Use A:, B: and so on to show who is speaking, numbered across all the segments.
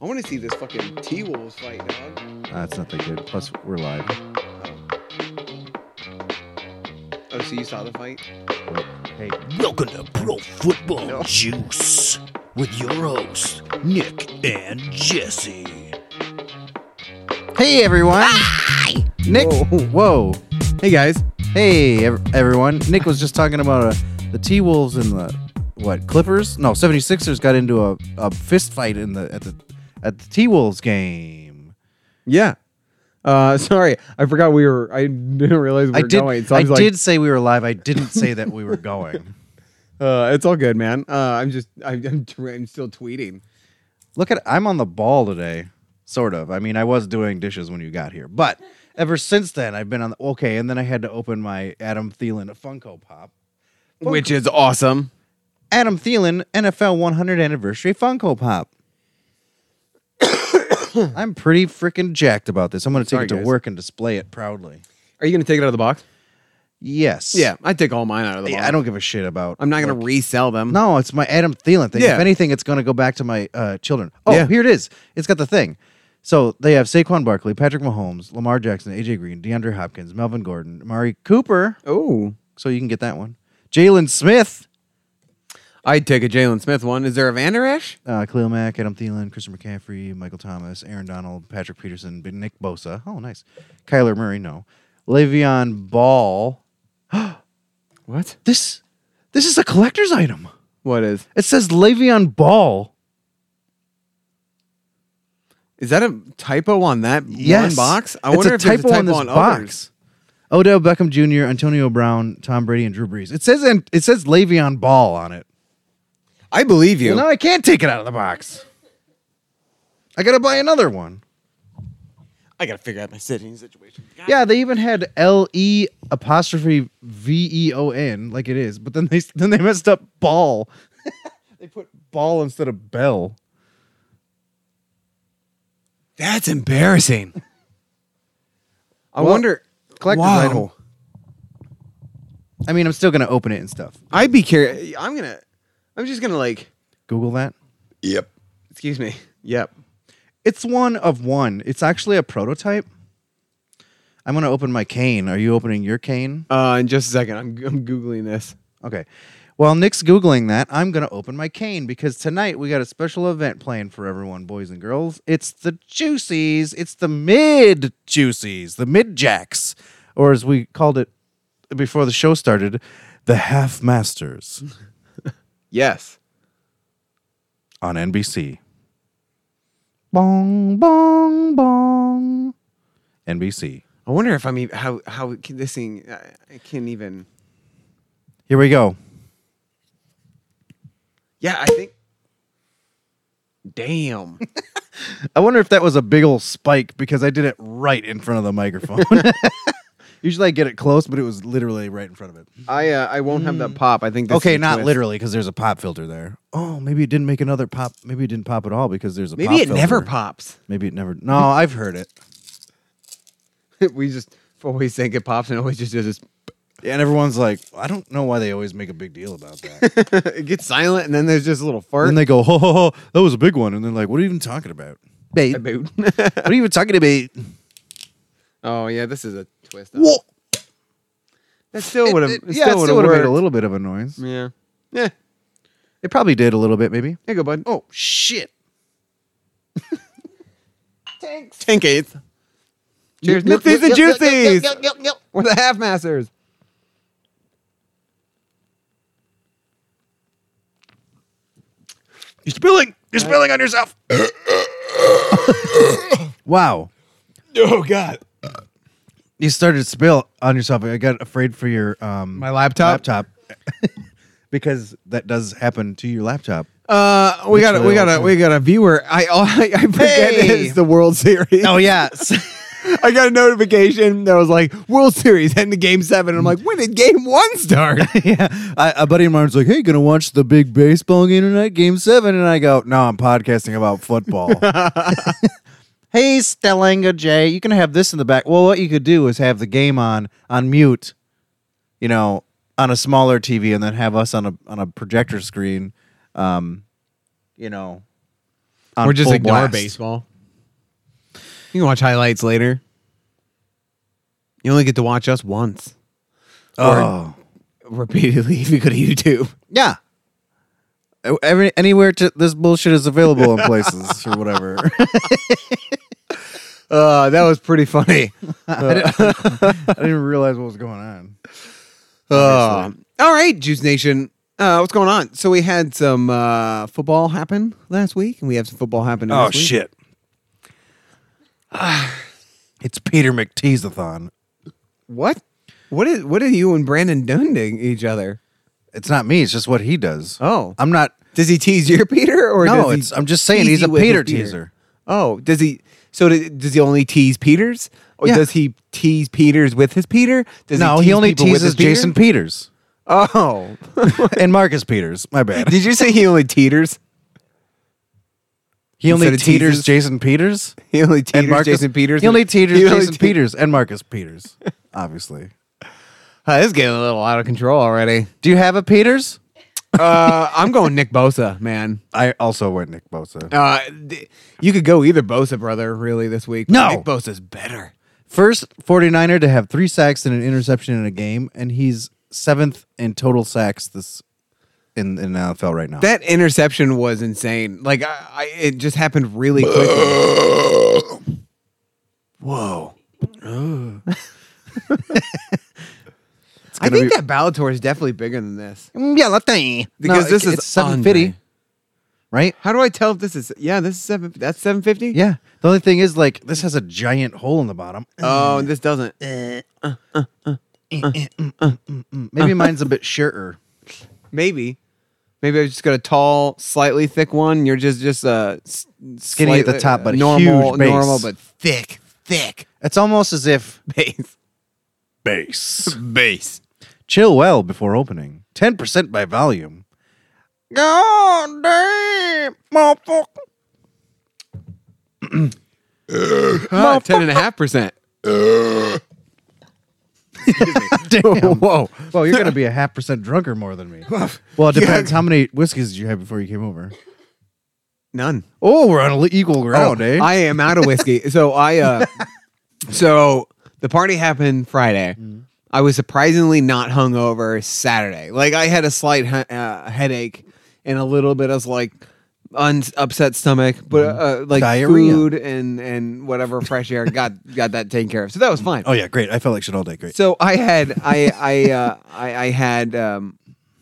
A: I want to see this fucking T Wolves fight, dog.
B: That's Ah, not that good. Plus, we're live.
A: Oh, so you saw the fight?
B: Hey,
C: Welcome to Pro Football Juice with your hosts, Nick and Jesse.
B: hey everyone. Nick. Whoa. Hey guys. Hey ev- everyone. Nick was just talking about uh, the T Wolves and the what Clippers? No, 76ers got into a, a fist fight in the at the at the T Wolves game.
D: Yeah. Uh, sorry, I forgot we were. I didn't realize we were
B: I did.
D: going. So I,
B: I
D: was like,
B: did say we were live. I didn't say that we were going.
D: uh, it's all good, man. Uh, I'm just, I, I'm, t- I'm still tweeting.
B: Look at I'm on the ball today, sort of. I mean, I was doing dishes when you got here, but ever since then I've been on the okay. And then I had to open my Adam Thielen Funko Pop,
D: Which is awesome.
B: Adam Thielen NFL 100 anniversary Funko Pop. I'm pretty freaking jacked about this. I'm going to take
D: Sorry,
B: it to
D: guys.
B: work and display it proudly.
D: Are you gonna take it out of the box?
B: Yes.
D: Yeah, I take all mine out of the
B: Yeah,
D: box.
B: I don't give a shit about.
D: I'm not gonna
B: like,
D: resell them.
B: No, it's my Adam Thielen thing.
D: Yeah.
B: If anything, it's going to go back to my uh, children. Oh,
D: Yeah.
B: here it is. It's got the thing. So they have Saquon Barkley, Patrick Mahomes, Lamar Jackson, AJ Green, DeAndre Hopkins, Melvin Gordon, Amari Cooper.
D: Oh,
B: So you can get that one. Jalen Smith,
D: I'd take a Jalen Smith one. Is there a Vanderash?
B: uh, Khalil Mack, Adam Thielen, Christian McCaffrey, Michael Thomas, Aaron Donald, Patrick Peterson, B- Nick Bosa. Oh, nice. Kyler Murray, no. Le'Veon Ball.
D: What?
B: This this is a collector's item.
D: What is?
B: It says Le'Veon Ball.
D: Is that a typo on that one
B: Yes.
D: box? I
B: It's
D: wonder
B: a
D: if there's a
B: typo
D: typo
B: on
D: on,
B: this
D: others.
B: Odell Beckham Jr., Antonio Brown, Tom Brady, and Drew Brees. It says and it says Le'Veon Ball on it.
D: I believe you.
B: Well, now I can't take it out of the box. I gotta buy another one.
C: I gotta figure out my sitting situation.
B: Yeah, they even had L E apostrophe V E O N like it is, but then they then they messed up ball. they put ball instead of bell.
D: That's embarrassing. I
B: Well,
D: wonder.
B: collector's
D: wow.
B: item. I mean, I'm still gonna open it and stuff.
D: I'd be curious. I'm gonna. I'm just gonna like.
B: Google that.
D: Yep. Excuse me. Yep.
B: It's one of one. It's actually a prototype. I'm gonna open my cane. Are you opening your cane?
D: Uh, in just a second, I'm, I'm googling this.
B: Okay. While Nick's Googling that, I'm going to open my cane because tonight we got a special event planned for everyone, boys and girls. It's the Juicies. It's the Mid Juicies, the Mid Jacks, or as we called it before the show started, the Half Masters
D: Yes.
B: on NBC. Bong, bong, bong. NBC.
D: I wonder if I'm even how how can this thing I, I can't even.
B: Here we go.
D: Yeah, I think. Damn.
B: I wonder if that was a big old spike because I did it right in front of the microphone. Usually I get it close, but it was literally right in front of it.
D: I uh, I won't have that pop. I think. This
B: okay,
D: is a
B: not
D: twist.
B: literally because there's a pop filter there. Oh, maybe it didn't make another pop. Maybe it didn't pop at all because there's a
D: Maybe
B: pop
D: it never
B: filter.
D: pops.
B: Maybe it never. No, I've heard it,
D: we just always think it pops and always just does this.
B: and everyone's like, I don't know why they always make a big deal about that.
D: it gets silent and then there's just a little fart.
B: and they go, ho ho ho, that was a big one, and they're like, what are you even talking about? Babe,
D: About.
B: what are you even talking about?
D: oh yeah, this is a twist.
B: Whoa.
D: That still would have.
B: It- yeah, it still would
D: would've
B: have made a
D: worked.
B: little bit of a noise.
D: Yeah. Yeah.
B: It probably did a little bit, maybe.
D: There you go, bud.
B: Oh shit!
D: Thanks. Tank eighth. Cheers.
B: Yep,
D: Nipsies and
B: yep, yep, yep,
D: Juicies.
B: yep, yep, yep.
D: We're the half masters.
B: You're spilling. You're spilling on yourself. wow.
C: Oh God.
B: You started to spill on yourself. I got afraid for your um
D: My laptop?
B: Laptop. because that does happen to your laptop.
D: Uh, we
B: Which
D: got a,
B: way
D: we got
B: all
D: a we got a viewer. I I, I forget
B: Hey! Oh,
D: it's the World Series.
B: yeah.
D: I got a notification that was like World Series end of Game Seven. I'm like, when did Game One start?
B: yeah. I, a buddy of mine was like, "Hey, gonna watch the big baseball game tonight, Game 7? And I go, "No, I'm podcasting about football." hey, Stellanga J, you can have this in the back. Well, what you could do is have the game on on mute, you know, on a smaller TV, and then have us on a on a projector screen, um, you know, on
D: or just
B: full
D: ignore
B: blast.
D: baseball. You can watch highlights later. You only get to watch us once
B: Oh,
D: repeatedly if you go to YouTube.
B: yeah. E, Every anywhere to, this bullshit is available in places or whatever.
D: Uh, that was pretty funny.
B: I didn't realize what was going on.
D: Uh, all right, Juice Nation. Uh, what's going on? So we had some uh, football happen last week, and we have some football happen.
B: Oh
D: this week.
B: shit! it's Peter McTeesathon.
D: What? What is? What are you and Brandon doing to each other?
B: It's not me. It's just what he does.
D: Oh,
B: I'm not.
D: does he tease your Peter, or
B: No,
D: does he
B: it's, I'm just saying
D: tease
B: he's
D: you
B: a
D: with his
B: Peter teaser.
D: Oh, does he? So do- does he only tease Peters, or
B: Yeah.
D: does he tease Peters with his Peter? Does
B: no, he
D: tease
B: only
D: people with
B: teases
D: his Peter?
B: Jason Peters
D: Oh,
B: and Marcus Peters. My bad.
D: did you say he only teeters?
B: He only
D: Instead of
B: teeters
D: teases-
B: Jason Peters
D: He only teeters Jason Peters.
B: He only teeters
D: He only
B: Jason
D: te-
B: Peters and Marcus Peters. Obviously.
D: Uh, this is getting a little out of control already.
B: Do you have a Peters?
D: Uh, I'm going Nick Bosa, man.
B: I also went Nick Bosa.
D: Uh, d- you could go either Bosa brother really this week. but
B: No.
D: Nick Bosa's better.
B: First 49er to have three sacks and an interception in a game, and he's seventh in total sacks this in in NFL right now.
D: That interception was insane. Like I, I it just happened really quickly.
B: Whoa.
D: I
B: gonna
D: think
B: be-
D: that Bellator is definitely bigger than this.
B: Yeah, let me.
D: Because this is
B: it's 750.
D: Andre.
B: Right?
D: How do I tell if this is? Yeah, this is seven. That's seven fifty.
B: Yeah. The only thing is like this has a giant hole in the bottom.
D: Oh, and this doesn't.
B: Maybe mine's a bit shorter.
D: Maybe, maybe I just got a tall, slightly thick one. You're just just uh s-
B: Skinny at the
D: slightly- uh,
B: top, but a
D: normal,
B: huge base.
D: normal, but thick, thick
B: It's almost as if
D: base,
B: base.
D: base.
B: Chill well before opening. 10% by volume. God damn, motherfucker.
D: ten and a half percent.
B: Damn.
D: Whoa.
B: Well, you're going to be a half percent drunker more than me. Well, it depends how many whiskeys you had before you came over.
D: None.
B: Oh, we're on li- equal ground, eh?
D: I am out of whiskey. so I uh so the party happened Friday. I was surprisingly not hungover Saturday. Like I had a slight hu- uh, headache and a little bit of like un- upset stomach, but uh, like
B: Mm. Diarrhea.
D: food and and whatever fresh air got got that taken care of. So that was fine.
B: oh, yeah, great. I felt like shit all day. Great.
D: So I had I I uh, I, I had um,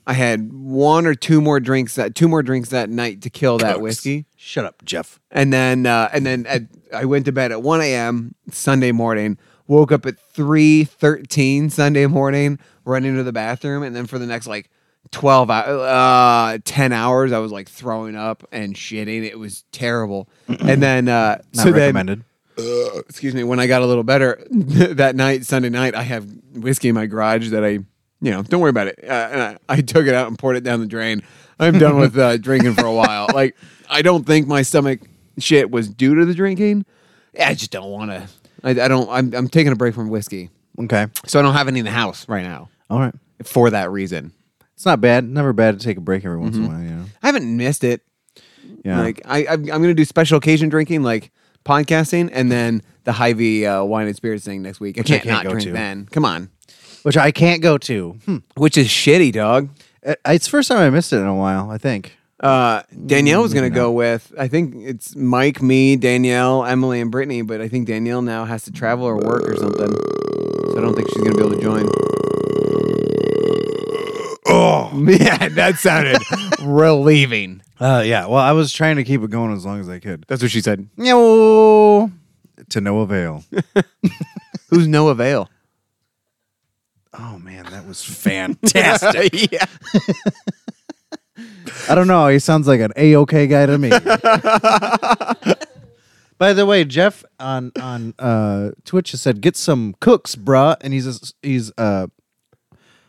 D: I had one or two more drinks that two more drinks that night to kill that whiskey
B: Shut up, Jeff.
D: and then uh, and then at, I went to bed at 1 a.m. Sunday morning. Woke up at 3:13 Sunday morning, run into the bathroom, and then for the next like 12 hours, uh, 10 hours, I was like throwing up and shitting. It was terrible. and then uh,
B: Not
D: so then
B: recommended.
D: excuse me, when I got a little better that night, Sunday night, I have whiskey in my garage that I, you know, don't worry about it. Uh, and I, I took it out and poured it down the drain. I'm done with uh, drinking for a while. Like, I don't think my stomach shit was due to the drinking. I just don't want to. I, I don't. I'm, I'm taking a break from whiskey,
B: okay.
D: so I don't have any in the house right now
B: All right.
D: for that reason.
B: It's not bad. Never bad to take a break every once in a while, you know?
D: I haven't missed it.
B: Yeah.
D: Like, I, I'm, I'm gonna do special occasion drinking, like podcasting, and then the Hy-Vee uh, wine and spirits thing next week. I
B: I
D: can't,
B: can't
D: not
B: go
D: drink
B: to.
D: then. Come on.
B: Which I can't go to. Hmm.
D: which is shitty, dog.
B: It- It's the first time I missed it in a while, I think.
D: Uh, Danielle was gonna go with. I think it's Mike, me, Danielle, Emily, and Brittany. But I think Danielle now has to travel or work or something. So I don't think she's gonna be able to join. Oh yeah, that sounded relieving.
B: Uh, yeah. Well, I was trying to keep it going as long as I could.
D: That's what she said.
B: No, to no avail.
D: Who's no avail?
B: oh man, that was fantastic.
D: yeah.
B: I don't know. He sounds like an a okay guy to me. By the way, Jeff on on uh, Twitch has said, "Get some cooks, bruh," and he's just, he's uh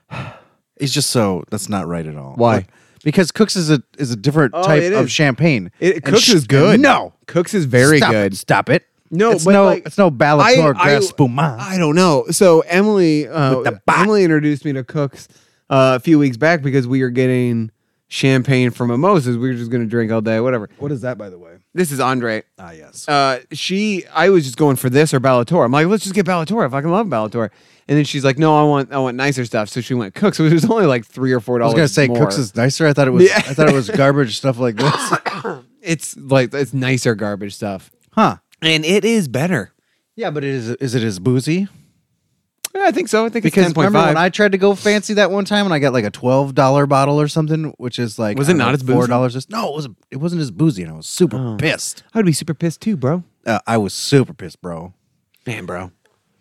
B: he's just so that's not right at all.
D: Why?
B: Like, because cooks is a is a different
D: Oh,
B: type
D: it
B: of
D: is.
B: champagne.
D: It,
B: And
D: Cooks
B: sh-
D: is good.
B: No,
D: Cooks is very
B: Stop
D: good.
B: It, stop it.
D: No,
B: it's
D: but,
B: no,
D: like,
B: it's no Balator
D: I- I-
B: Grass Spuma.
D: I don't know. So Emily, uh,
B: With the bot.
D: Emily introduced me to Cooks uh, a few weeks back because we are getting champagne from mimosas. We were just going to drink all day, whatever.
B: What is that, by the way?
D: This is Andre.
B: Ah, yes.
D: Uh, she, I was just going for this or Bellator. I'm like, let's just get Bellator. I fucking love Bellator. And then she's like, no, I want, I want nicer stuff. So she went Cooks. So it was only like three or four
B: I was
D: dollars.
B: gonna say
D: more.
B: Cooks is nicer. I thought it was.
D: Yeah.
B: I thought it was garbage stuff like this.
D: It's like it's nicer garbage stuff,
B: Huh?
D: and it is better.
B: Yeah, but it is is it as boozy?
D: Yeah, I think so. I think
B: Because
D: it's ten point
B: remember when
D: five.
B: I tried to go fancy that one time and I got like a twelve dollar bottle or something, which is like
D: Was it
B: I don't
D: not
B: know,
D: as boozy? Oh.
B: four dollars? No, it was. It wasn't as boozy, and I was super pissed.
D: I'd be super pissed too, bro.
B: Uh, I was super pissed, bro.
D: Man, bro.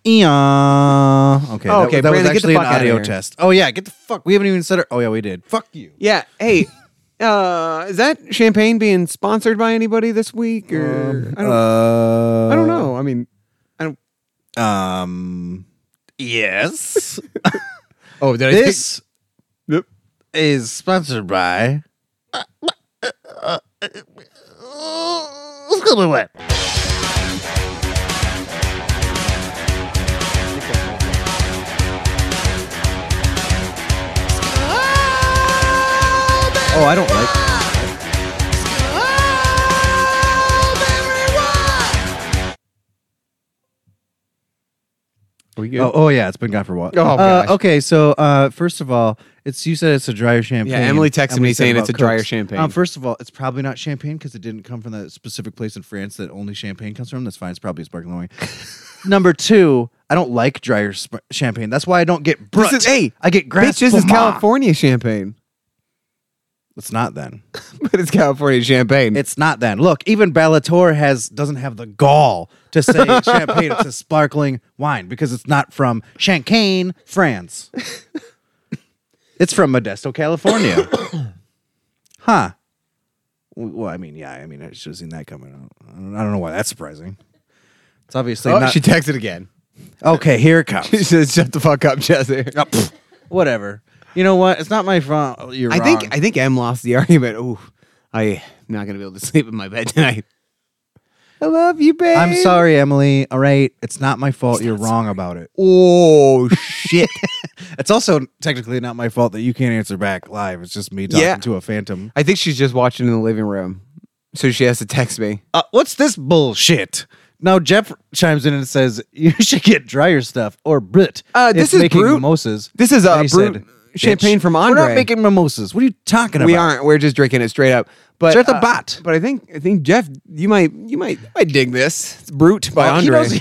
B: Yeah. Okay.
D: Oh,
B: that-
D: okay,
B: That,
D: Brandon, get the
B: was actually an
D: fuck outta
B: audio
D: here.
B: test. Oh yeah, get the fuck. We haven't even said it. Oh yeah, we did. Fuck you.
D: Yeah. Hey, uh, is that champagne being sponsored by anybody this week? Or I don't.
B: Uh,
D: I don't know. I mean, I don't.
B: Um. Yes.
D: Oh, did
B: this
D: Yep.
B: is sponsored by. uh, Oh, I don't like.
D: Are uh, we good?
B: Oh, oh yeah, it's been gone for a while.
D: Oh,
B: Uh,
D: gosh.
B: okay. So uh, first of all, it's you said it's a drier champagne.
D: Yeah, Emily texted me
B: said
D: saying
B: about
D: it's a drier
B: Cooks.
D: champagne.
B: Um, first of all, it's probably not champagne because it didn't come from that specific place in France that only champagne comes from. That's fine. It's probably sparkling wine. Number two, I don't like drier sp- champagne. That's why I don't get brut.
D: is- hey,
B: I get grass.
D: Bitch, this is
B: Puma.
D: California champagne,
B: It's not then.
D: but it's California champagne.
B: It's not then. Look, even Bellator has doesn't have the gall to say champagne. It's a sparkling wine because it's not from Champagne, France. it's from Modesto, California. huh. W- Well, I mean, yeah, I mean, I should have seen that coming. I don't- I don't, I don't know why that's surprising. It's obviously
D: oh,
B: not.
D: she texted again.
B: okay, here it comes.
D: She said, "Shut the fuck up, Jesse."
B: Whatever. You know what? It's not my fault. You're
D: I
B: wrong.
D: think I think M lost the argument. Ooh, I'm not gonna be able to sleep in my bed tonight. I love you, babe.
B: I'm sorry, Emily. All right, Eh. it's not my fault. You're wrong about it.
D: Oh shit.
B: It's also technically not my fault that you can't answer back live. It's just me talking
D: Yeah.
B: to a phantom.
D: I think she's just watching in the living room, so she has to text me.
B: Uh, what's this bullshit? Now Jeff chimes in and says you should get drier stuff or Brit.
D: Uh, this
B: It's
D: is
B: making
D: Brut.
B: mimosas.
D: This is, uh,
B: And he
D: Brut champagne
B: "Bitch,
D: from
B: We're
D: Andre."
B: not making mimosas. What are you talking about?
D: We aren't. We're just drinking it straight up. But uh,
B: Straight the bot.
D: But I think I think Jeff, you might you might I dig this. It's brute by
B: Oh, He
D: Andre.
B: knows,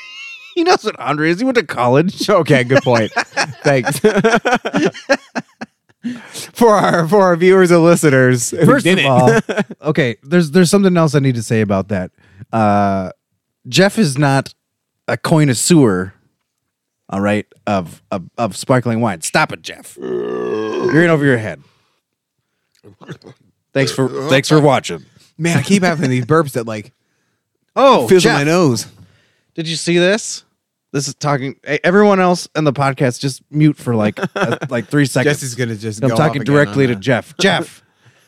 B: he knows what Andre is. He went to college.
D: okay, good point. Thanks. for our for our viewers and listeners. who
B: First of
D: didn't.
B: all, okay. There's there's something else I need to say about that. Uh, Jeff is not a connoisseur, all right, of, of of sparkling wine. Stop it, Jeff. You're in over your head. Thanks for thanks for watching.
D: man, I keep having these burps that like
B: Oh,
D: fizzle
B: Jeff,
D: my nose.
B: did you see this? This is talking. hey, Everyone else in the podcast just mute for like uh, like three seconds.
D: Jesse's gonna just
B: I'm
D: go off
B: talking
D: again
B: directly
D: on
B: to
D: that.
B: Jeff. Jeff,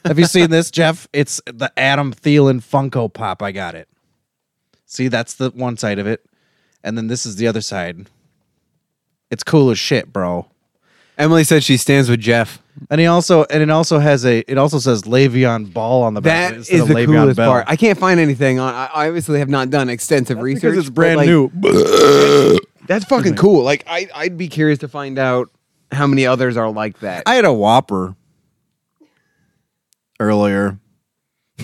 B: have you seen this, Jeff? It's the Adam Thielen Funko Pop. I got it. See, that's the one side of it. And then this is the other side. It's cool as shit, bro.
D: Emily said she stands with Jeff.
B: And he also and it also has a it also says Le'Veon Ball on the back.
D: That is
B: instead of
D: the
B: Le'Veon
D: coolest
B: Bell.
D: part. I can't find anything on. I I obviously have not done extensive research.
B: because it's
D: but,
B: brand
D: like,
B: new.
D: That's fucking cool. Like I, I'd be curious to find out how many others are like that.
B: I had a Whopper earlier.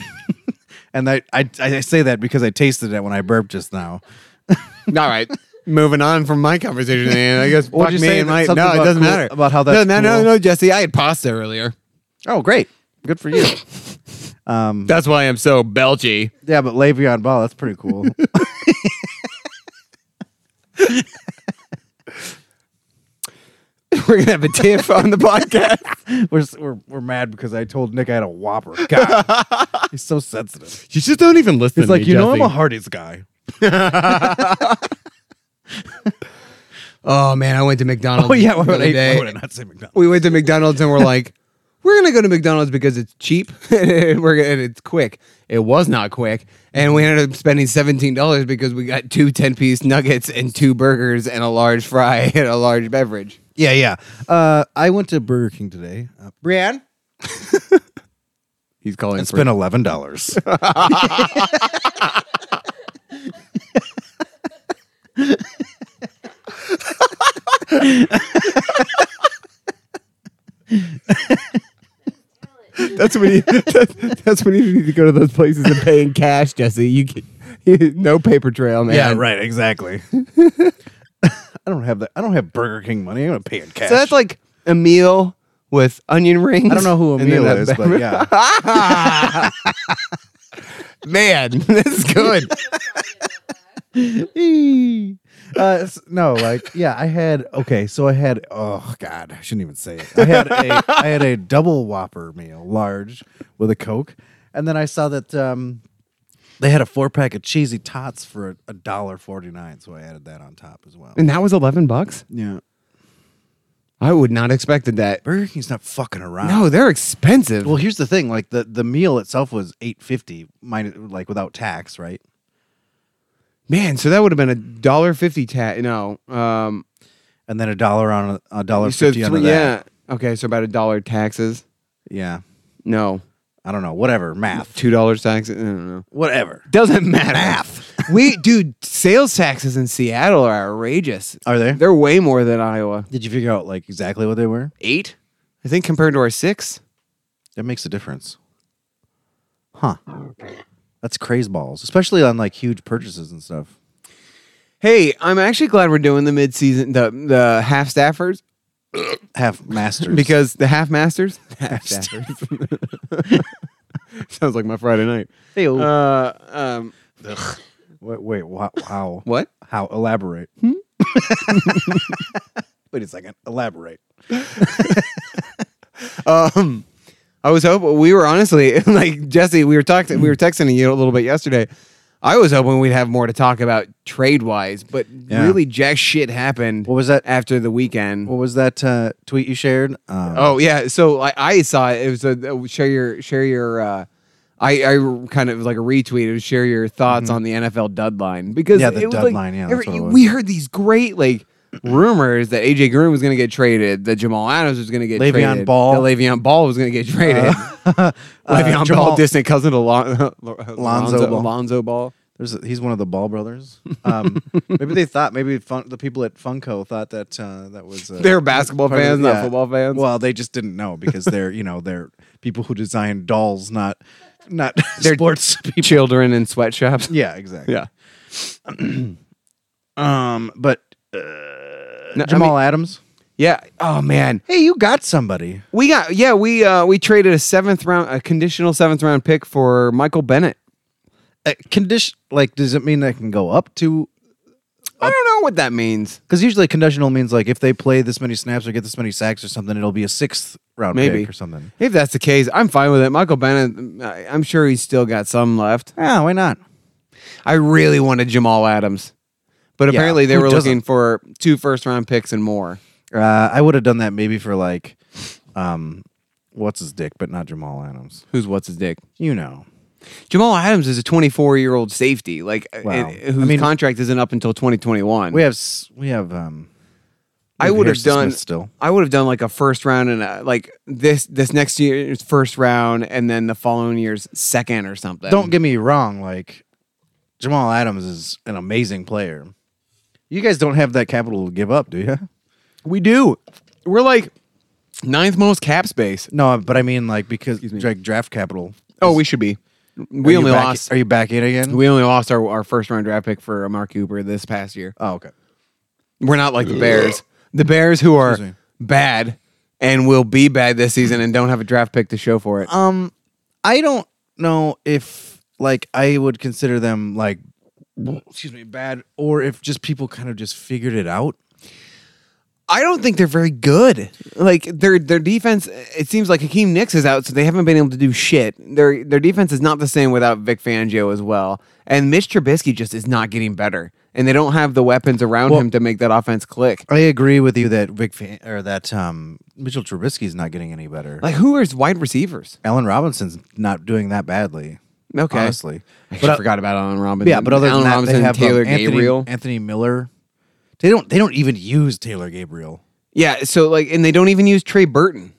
B: and I, I I say that because I tasted it when I burped just now.
D: All right. Moving on from my conversation, and I guess fuck
B: What'd you
D: me
B: say
D: and
B: that-
D: my, no, it
B: something about
D: doesn't
B: cool-
D: matter
B: about how that's
D: no, no, no,
B: cool?
D: no, Jesse. I had pasta earlier.
B: Oh, great. Good for you. um,
D: That's why I'm so belchy.
B: yeah, but Le'Veon Ball, that's pretty cool.
D: We're gonna have a tiff on the podcast.
B: we're, s- we're, we're mad because I told Nick I had a Whopper. God, he's so sensitive.
D: You just don't even listen.
B: He's like, you know, I'm a Hardee's guy.
D: oh man, I went to McDonald's.
B: Oh, yeah.
D: the
B: Why would,
D: other
B: I,
D: day.
B: why would I not say McDonald's?
D: we went to McDonald's and we're like, we're gonna go to McDonald's because it's cheap and we're gonna, and it's quick. It was not quick, and we ended up spending seventeen dollars because we got two 10 piece nuggets and two burgers and a large fry and a large beverage.
B: Yeah, yeah. Uh, I went to Burger King today. Uh, Brianne?
D: He's calling
B: and
D: for
B: spend eleven dollars.
D: That's when you. That's, that's when you need to go to those places and pay in cash, Jesse. You can, no paper trail, man.
B: yeah, right. Exactly. I don't have that. I don't have Burger King money. I'm gonna pay in cash.
D: So that's like a meal with onion rings.
B: I don't know who Emil is, but yeah.
D: man, that's good.
B: Eee. uh, s- no, like yeah, I had okay, so I had oh god, I shouldn't even say it. I had a I had a double Whopper meal, large with a Coke, and then I saw that um, they had a four pack of cheesy tots for a, a dollar forty nine, so I added that on top as well.
D: and that was eleven bucks.
B: Yeah,
D: I would not expected that.
B: Burger King's not fucking around.
D: No, they're expensive.
B: Well, here's the thing: like the the meal itself was eight fifty, minus like without tax, right?
D: man, so that would have been a dollar fifty tat. No, um,
B: And then a dollar on a dollar
D: so
B: fifty on
D: three-
B: that.
D: yeah, okay, so about a dollar taxes.
B: Yeah,
D: No,
B: I don't know. Whatever math,
D: two dollars taxes. I don't know.
B: whatever.
D: Doesn't matter. we, dude, sales taxes in Seattle are outrageous.
B: Are there?
D: They're way more than Iowa.
B: Did you figure out like exactly what they were?
D: Eight, I think, compared to our six.
B: That makes a difference. Huh. That's craze balls, especially on like huge purchases and stuff.
D: Hey, I'm actually glad we're doing the mid-season, the the half staffers
B: Half masters.
D: because the half masters, half staffers. Sounds like my Friday night.
B: Hey, uh,
D: Uh, um,
B: wait, wait, wow, wow.
D: what? Hmm?
B: How elaborate? wait a second. Elaborate.
D: Um, I was hoping we were honestly like Jesse. We were talking. We were texting you a little bit yesterday. I was hoping we'd have more to talk about trade wise, but
B: Yeah.
D: really jack shit happened
B: What was that?
D: after the weekend.
B: What was that uh, tweet you shared? Um,
D: Oh yeah, so I, I saw it. It was a, share your share your. Uh, I, I kind of like a retweet. It was share your thoughts on the NFL deadline because
B: Mm-hmm. Yeah, the
D: it was like,
B: deadline, yeah, that's what it was.
D: we heard these great like rumors that AJ Green was going to get traded, that Jamal Adams was going to get
B: Le'Veon
D: traded,
B: Ball.
D: that Le'Veon Ball was going to get traded.
B: uh,
D: Le'Veon Ball,
B: Jamal-
D: distant cousin to Lon- Lonzo,
B: Ball.
D: Lonzo Ball.
B: There's a, he's one of the Ball brothers. Um, maybe they thought maybe fun, the people at Funko thought that uh, that was uh,
D: They're basketball
B: part of-
D: fans, not
B: yeah.
D: football fans.
B: Well, they just didn't know because they're you know they're people who design dolls, not not
D: They're-
B: sports people.
D: Children in sweatshops.
B: Yeah, exactly.
D: Yeah.
B: Um, but uh,
D: No, I
B: Jamal Adams.
D: Yeah. Oh man.
B: Hey, you got somebody.
D: We got yeah, we uh we traded a seventh round a conditional seventh round pick for Michael Bennett.
B: Uh, condition like does it mean they can go up to?
D: I don't know what that means.
B: Because usually conditional means like if they play this many snaps or get this many sacks or something, it'll be a sixth round
D: Maybe.
B: pick or something.
D: If that's the case, I'm fine with it. Michael Bennett, I- I'm sure he's still got some left.
B: Yeah, Ah, why not?
D: I really wanted Jamal Adams. But
B: Yeah,
D: apparently they
B: who
D: were
B: doesn't?
D: looking for two first round picks and more.
B: Uh, I would have done that maybe for like, um, what's his dick, but not Jamal Adams.
D: Who's what's his dick?
B: You know.
D: Jamal Adams is a 24 year old safety, like uh,
B: Wow.
D: uh, whose
B: I mean-
D: contract isn't up until 2021.
B: We have s- we have um we
D: I would have
B: Harrison
D: done
B: Smith still.
D: I would have done like a first round and a, like this this next year's first round and then the following year's second or something.
B: Don't get me wrong, like Jamal Adams is an amazing player. You guys don't have that capital to give up, do you?
D: we do? We're like ninth most cap space.
B: No, but I mean like because like draft capital.
D: Oh, we should be. We
B: Are you
D: only
B: back-
D: lost.
B: Are you back in again?
D: We only lost our, our first round draft pick for Mark Cooper this past year.
B: oh, okay.
D: We're not like the Bears. The Bears who are
B: Excuse me.
D: bad and will be bad this season and don't have a draft pick to show for it.
B: Um, I don't know if like I would consider them like excuse me bad, or if just people kind of just figured it out.
D: I don't think they're very good. Like their their defense, it seems like Hakeem Nicks is out, so they haven't been able to do shit. Their their defense is not the same without Vic Fangio as well, and Mitch Trubisky just is not getting better, and they don't have the weapons around
B: Well-
D: him to make that offense click.
B: I agree with you that Vic Fan- or that um, Mitchell Trubisky's not getting any better.
D: Like who is wide receivers?
B: Allen Robinson's not doing that badly.
D: Okay.
B: honestly,
D: But
B: but
D: I
B: uh,
D: forgot about Allen Robinson.
B: yeah, but other than
D: Allen
B: that,
D: Robinson,
B: they have um,
D: Taylor
B: Anthony,
D: Gabriel.
B: Anthony Miller. They don't. They don't even use Taylor Gabriel.
D: Yeah, so like, and they don't even use Trey Burton.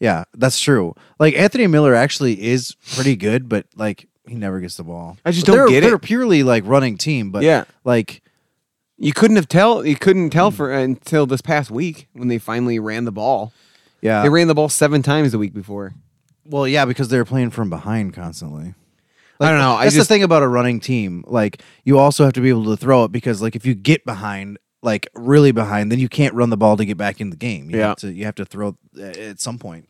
B: Yeah, that's true. Like Anthony Miller actually is pretty good, but like he never gets the ball.
D: I just
B: But
D: don't
B: they're,
D: get it.
B: They're purely like running team, but
D: Yeah.
B: like
D: You couldn't have tell. You couldn't
B: Hmm.
D: tell for until this past week when they finally ran the ball.
B: yeah,
D: they ran the ball seven times the week before.
B: well, yeah, because they're playing from behind constantly.
D: I don't know. I
B: That's
D: just
B: the thing about a running team. Like you also have to be able to throw it because like if you get behind, like really behind, then you can't run the ball to get back in the game. You
D: Yeah.
B: have to you have to throw uh, at some point.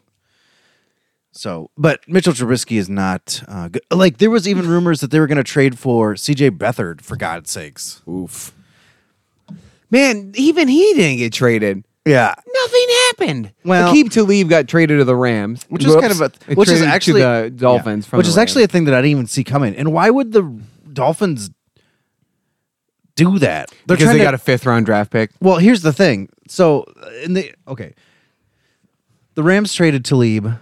B: So, but Mitchell Trubisky is not uh, good. like there was even rumors that they were going to trade for C.J. Beathard for God's sakes.
D: oof. Man, even he didn't get traded.
B: Yeah,
D: Nothing happened.
B: Well-
D: Akib Talib got traded to the Rams,
B: which is kind of a
D: They
B: which is
D: traded to
B: actually
D: the Dolphins.
B: yeah,
D: from
B: which
D: the
B: is
D: Rams.
B: actually a thing that I didn't even see coming. And why would the Dolphins do that? They're
D: because
B: trying
D: they
B: to-
D: got a fifth round draft pick.
B: Well, here's the thing. So, uh, in the okay, the Rams traded Talib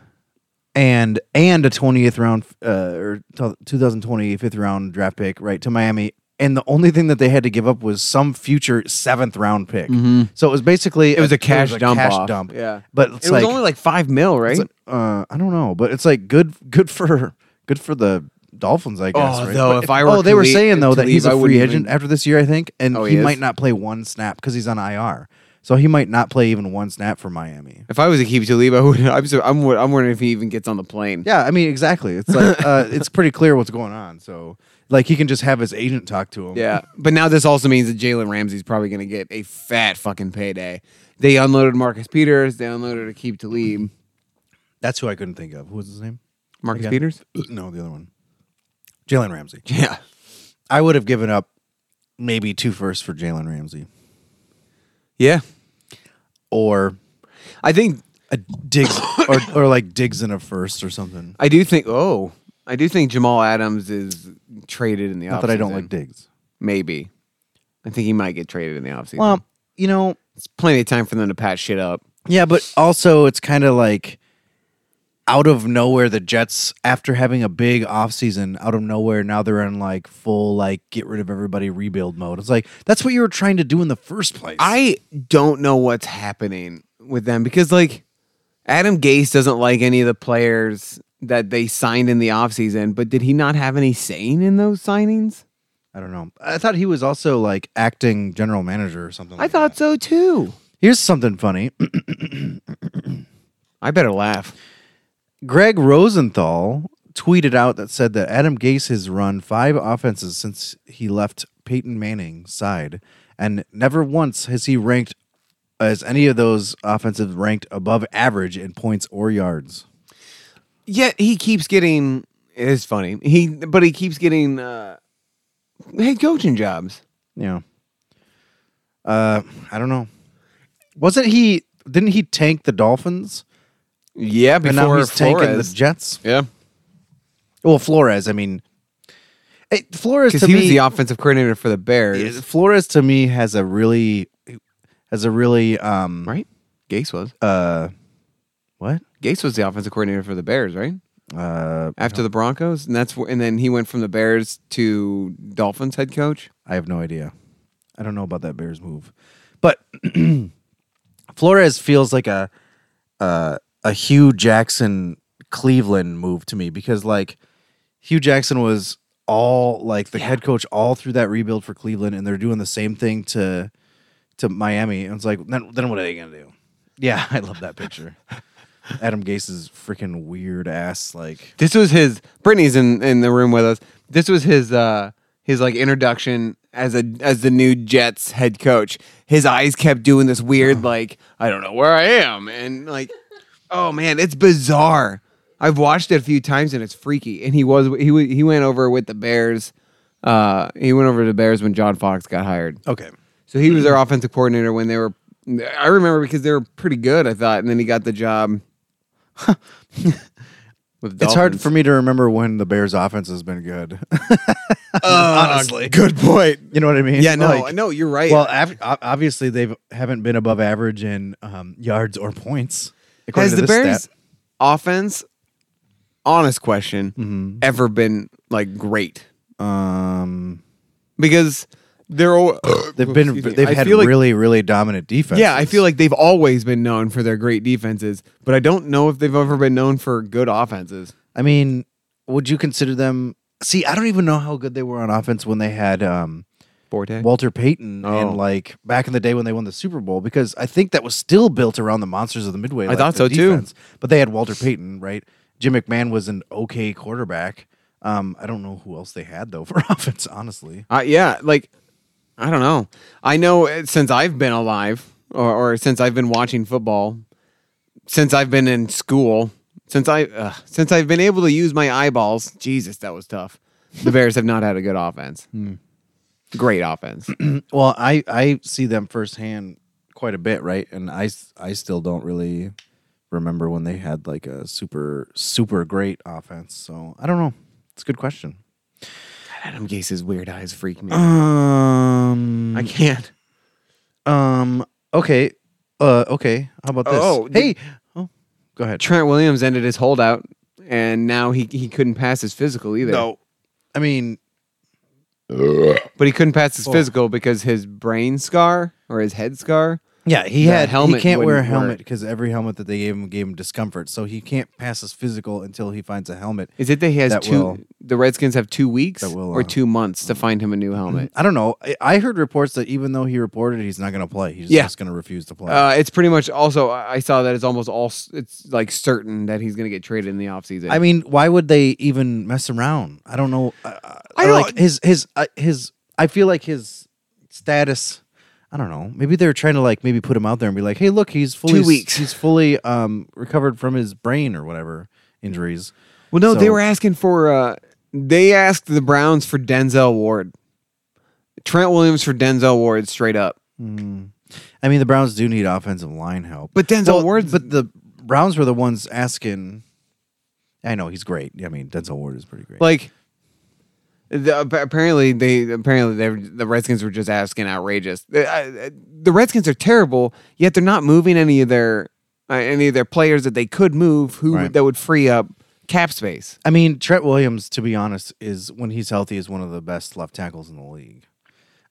B: and and a 20th round uh, or t- 2020 fifth round draft pick right to Miami, and the only thing that they had to give up was some future seventh round pick. So it was basically
D: Mm-hmm. It was a cash dump.
B: cash
D: off.
B: dump.
D: Yeah,
B: but it's
D: it
B: like,
D: was only like five mil, right?
B: it's like, uh, I don't know, but it's like good good for good for the. Dolphins, I guess.
D: Oh,
B: right?
D: though,
B: But
D: if I were
B: oh, they were
D: Khalid-
B: saying though that
D: Talib,
B: he's
D: I
B: a
D: wouldn't
B: free
D: even-
B: agent after this year, I think, and
D: Oh,
B: he,
D: he is?
B: might not play one snap because he's on IR. So he might not play even one snap for Miami.
D: if I was Akib Talib, I would. I'm, so, I'm. I'm wondering if he even gets on the plane.
B: Yeah, I mean, exactly. It's like uh, it's pretty clear what's going on. So like he can just have his agent talk to him.
D: Yeah, but now this also means that Jalen Ramsey's probably going to get a fat fucking payday. They unloaded Marcus Peters. They unloaded Akib Talib.
B: that's who I couldn't think of. Who was his name?
D: Marcus
B: Again.
D: Peters.
B: No, the other one, Jalen Ramsey.
D: Yeah,
B: I would have given up maybe two firsts for Jalen Ramsey
D: yeah.
B: or
D: I think
B: a Diggs or, or like Diggs in a first or something.
D: I do think. Oh, I do think Jamal Adams is traded in the.
B: Not that I don't
D: offseason.
B: like Diggs.
D: Maybe. I think he might get traded in the offseason.
B: Well, you know,
D: it's plenty of time for them to patch shit up.
B: Yeah, but also it's kind of like out of nowhere the Jets after having a big offseason, out of nowhere now they're in like full like get rid of everybody rebuild mode. It's like that's what you were trying to do in the first place.
D: I don't know what's happening with them because like Adam Gase doesn't like any of the players that they signed in the offseason, but did he not have any saying in those signings?
B: I don't know. I thought he was also like acting general manager or something.
D: I
B: like
D: thought
B: that.
D: so too.
B: Here's something funny.
D: I better laugh.
B: Greg Rosenthal tweeted out that said that Adam Gase has run five offenses since he left Peyton Manning's side, and never once has he ranked as any of those offenses ranked above average in points or yards.
D: Yet he keeps getting it is funny. He but he keeps getting uh head coaching jobs.
B: Yeah. Uh, I don't know. Wasn't he? Didn't he tank the Dolphins?
D: Yeah, before
B: and now he's tanking the
D: Flores.
B: Jets.
D: yeah.
B: Well, Flores. I mean, eh, Flores
D: Because
B: to
D: he
B: me
D: was the offensive coordinator for the Bears.
B: Yeah, Flores to me has a really has a really um
D: right? Gase was.
B: uh what?
D: Gase was the offensive coordinator for the Bears, right?
B: Uh
D: After the Broncos, and that's where, and then he went from the Bears to Dolphins head coach.
B: I have no idea. I don't know about that Bears move. But Flores feels like a uh a Hugh Jackson Cleveland move to me because like Hugh Jackson was all like the head coach all through that rebuild for Cleveland and they're doing the same thing to to Miami and it's like then, then what are they going to do? Yeah, I love that picture. Adam Gase's freaking weird ass like
D: This was his. Brittany's in in the room with us. This was his uh his like introduction as a as the new Jets head coach. His eyes kept doing this weird like I don't know where I am, and like oh man, it's bizarre. I've watched it a few times and it's freaky. And he was he wa- he went over with the Bears. Uh, he went over to the Bears when John Fox got hired.
B: okay.
D: So he was their offensive coordinator when they were. I remember because they were pretty good, I thought, and then he got the job. with
B: It's hard for me to remember when the Bears offense has been good. Uh,
D: honestly. Good point.
B: you know what I mean?
D: Yeah, no,
B: Like,
D: no, you're right.
B: Well, av- o- obviously they haven't been above average in um, yards or points. according
D: has the
B: to this
D: Bears
B: stat.
D: offense, honest
B: Mm-hmm.
D: question, ever been like great?
B: Um,
D: Because They're all,
B: They've been
D: Excuse me.
B: they've
D: I
B: had
D: feel like-
B: really really dominant defense.
D: yeah, I feel like they've always been known for their great defenses, but I don't know if they've ever been known for good offenses.
B: I mean, would you consider them? See, I don't even know how good they were on offense when they had um,
D: Forte.
B: Walter Payton
D: Oh.
B: and like back in the day when they won the Super Bowl because I think that was still built around the monsters of the Midway. like,
D: thought so,
B: the
D: too.
B: But they had Walter Payton, right? Jim McMahon was an okay quarterback. Um, I don't know who else they had though for offense, honestly.
D: Uh, yeah, like I don't know. I know uh, since I've been alive, or, or since I've been watching football, since I've been in school, since I uh, since I've been able to use my eyeballs. Jesus, that was tough. The Bears have not had a good offense. Great offense.
B: Well, I I see them firsthand quite a bit, right? And I s- I still don't really remember when they had like a super super great offense. So I don't know. It's a good question.
D: Adam Gase's weird eyes freak me. out.
B: Um.
D: I can't.
B: Um. Okay. Uh. Okay. How about this?
D: Oh,
B: hey. Oh. Go ahead.
D: Trent Williams ended his holdout, and now he he couldn't pass his physical either.
B: No. I mean,
D: but he couldn't pass his
B: Oh.
D: physical because his brain scar or his head scar.
B: yeah, he
D: The
B: had. Helmet
D: helmet
B: he can't wear a
D: wouldn't work.
B: helmet because every helmet that they gave him gave him discomfort. So he can't pass his physical until he finds a helmet.
D: Is it that he has
B: That
D: two?
B: will-
D: The Redskins have two weeks
B: That will,
D: or
B: uh, Mm-hmm.
D: two months to find him a new helmet.
B: I don't know. I, I heard reports that even though he reported, he's not going to play. He's just,
D: Yeah.
B: going to refuse to play.
D: Uh, it's pretty much also. I I saw that it's almost all. s- It's like certain that he's going to get traded in the offseason.
B: I mean, why would they even mess around? I don't know. Uh, uh,
D: I don't-
B: like his his uh, his. I feel like his status. I don't know. Maybe they were trying to like maybe put him out there and be like, "Hey, look, he's fully
D: Two weeks.
B: He's fully um recovered from his brain or whatever injuries."
D: well, no, they
B: so-
D: were asking for. Uh, they asked the Browns for Denzel Ward, Trent Williams for Denzel Ward, straight up.
B: Hmm. I mean, the Browns do need offensive line help,
D: But Denzel
B: Well,
D: Ward's
B: But the Browns were the ones asking. I know he's great. I mean, Denzel Ward is pretty great.
D: like. The, ap- apparently they apparently they were- the Redskins were just asking outrageous. The, I- the Redskins are terrible, yet they're not moving any of their uh, any of their players that they could move who
B: Right.
D: that would free up cap space.
B: I mean, Trent Williams, to be honest, is when he's healthy, is one of the best left tackles in the league.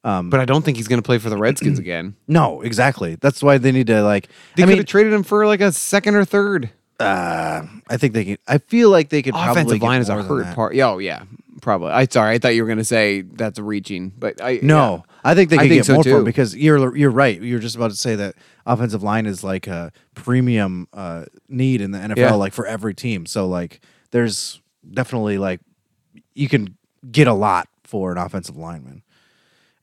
D: But I don't think he's going to play for the Redskins again.
B: No, exactly. That's why they need to like.
D: They
B: I
D: could
B: mean,
D: have traded him for like a second or third.
B: uh, I think they can. I feel like they could. probably
D: Offensive
B: get
D: line is a
B: more than
D: hurt
B: that.
D: part. Yeah, Oh yeah, probably. I sorry, I thought you were going to say that's reaching, but I
B: No, I think they
D: I
B: could
D: think
B: get
D: so
B: more from
D: too.
B: because you're you're right. You're just about to say that offensive line is like a premium uh, need in the NFL,
D: Yeah.
B: like for every team. So like, there's definitely like you can get a lot for an offensive lineman,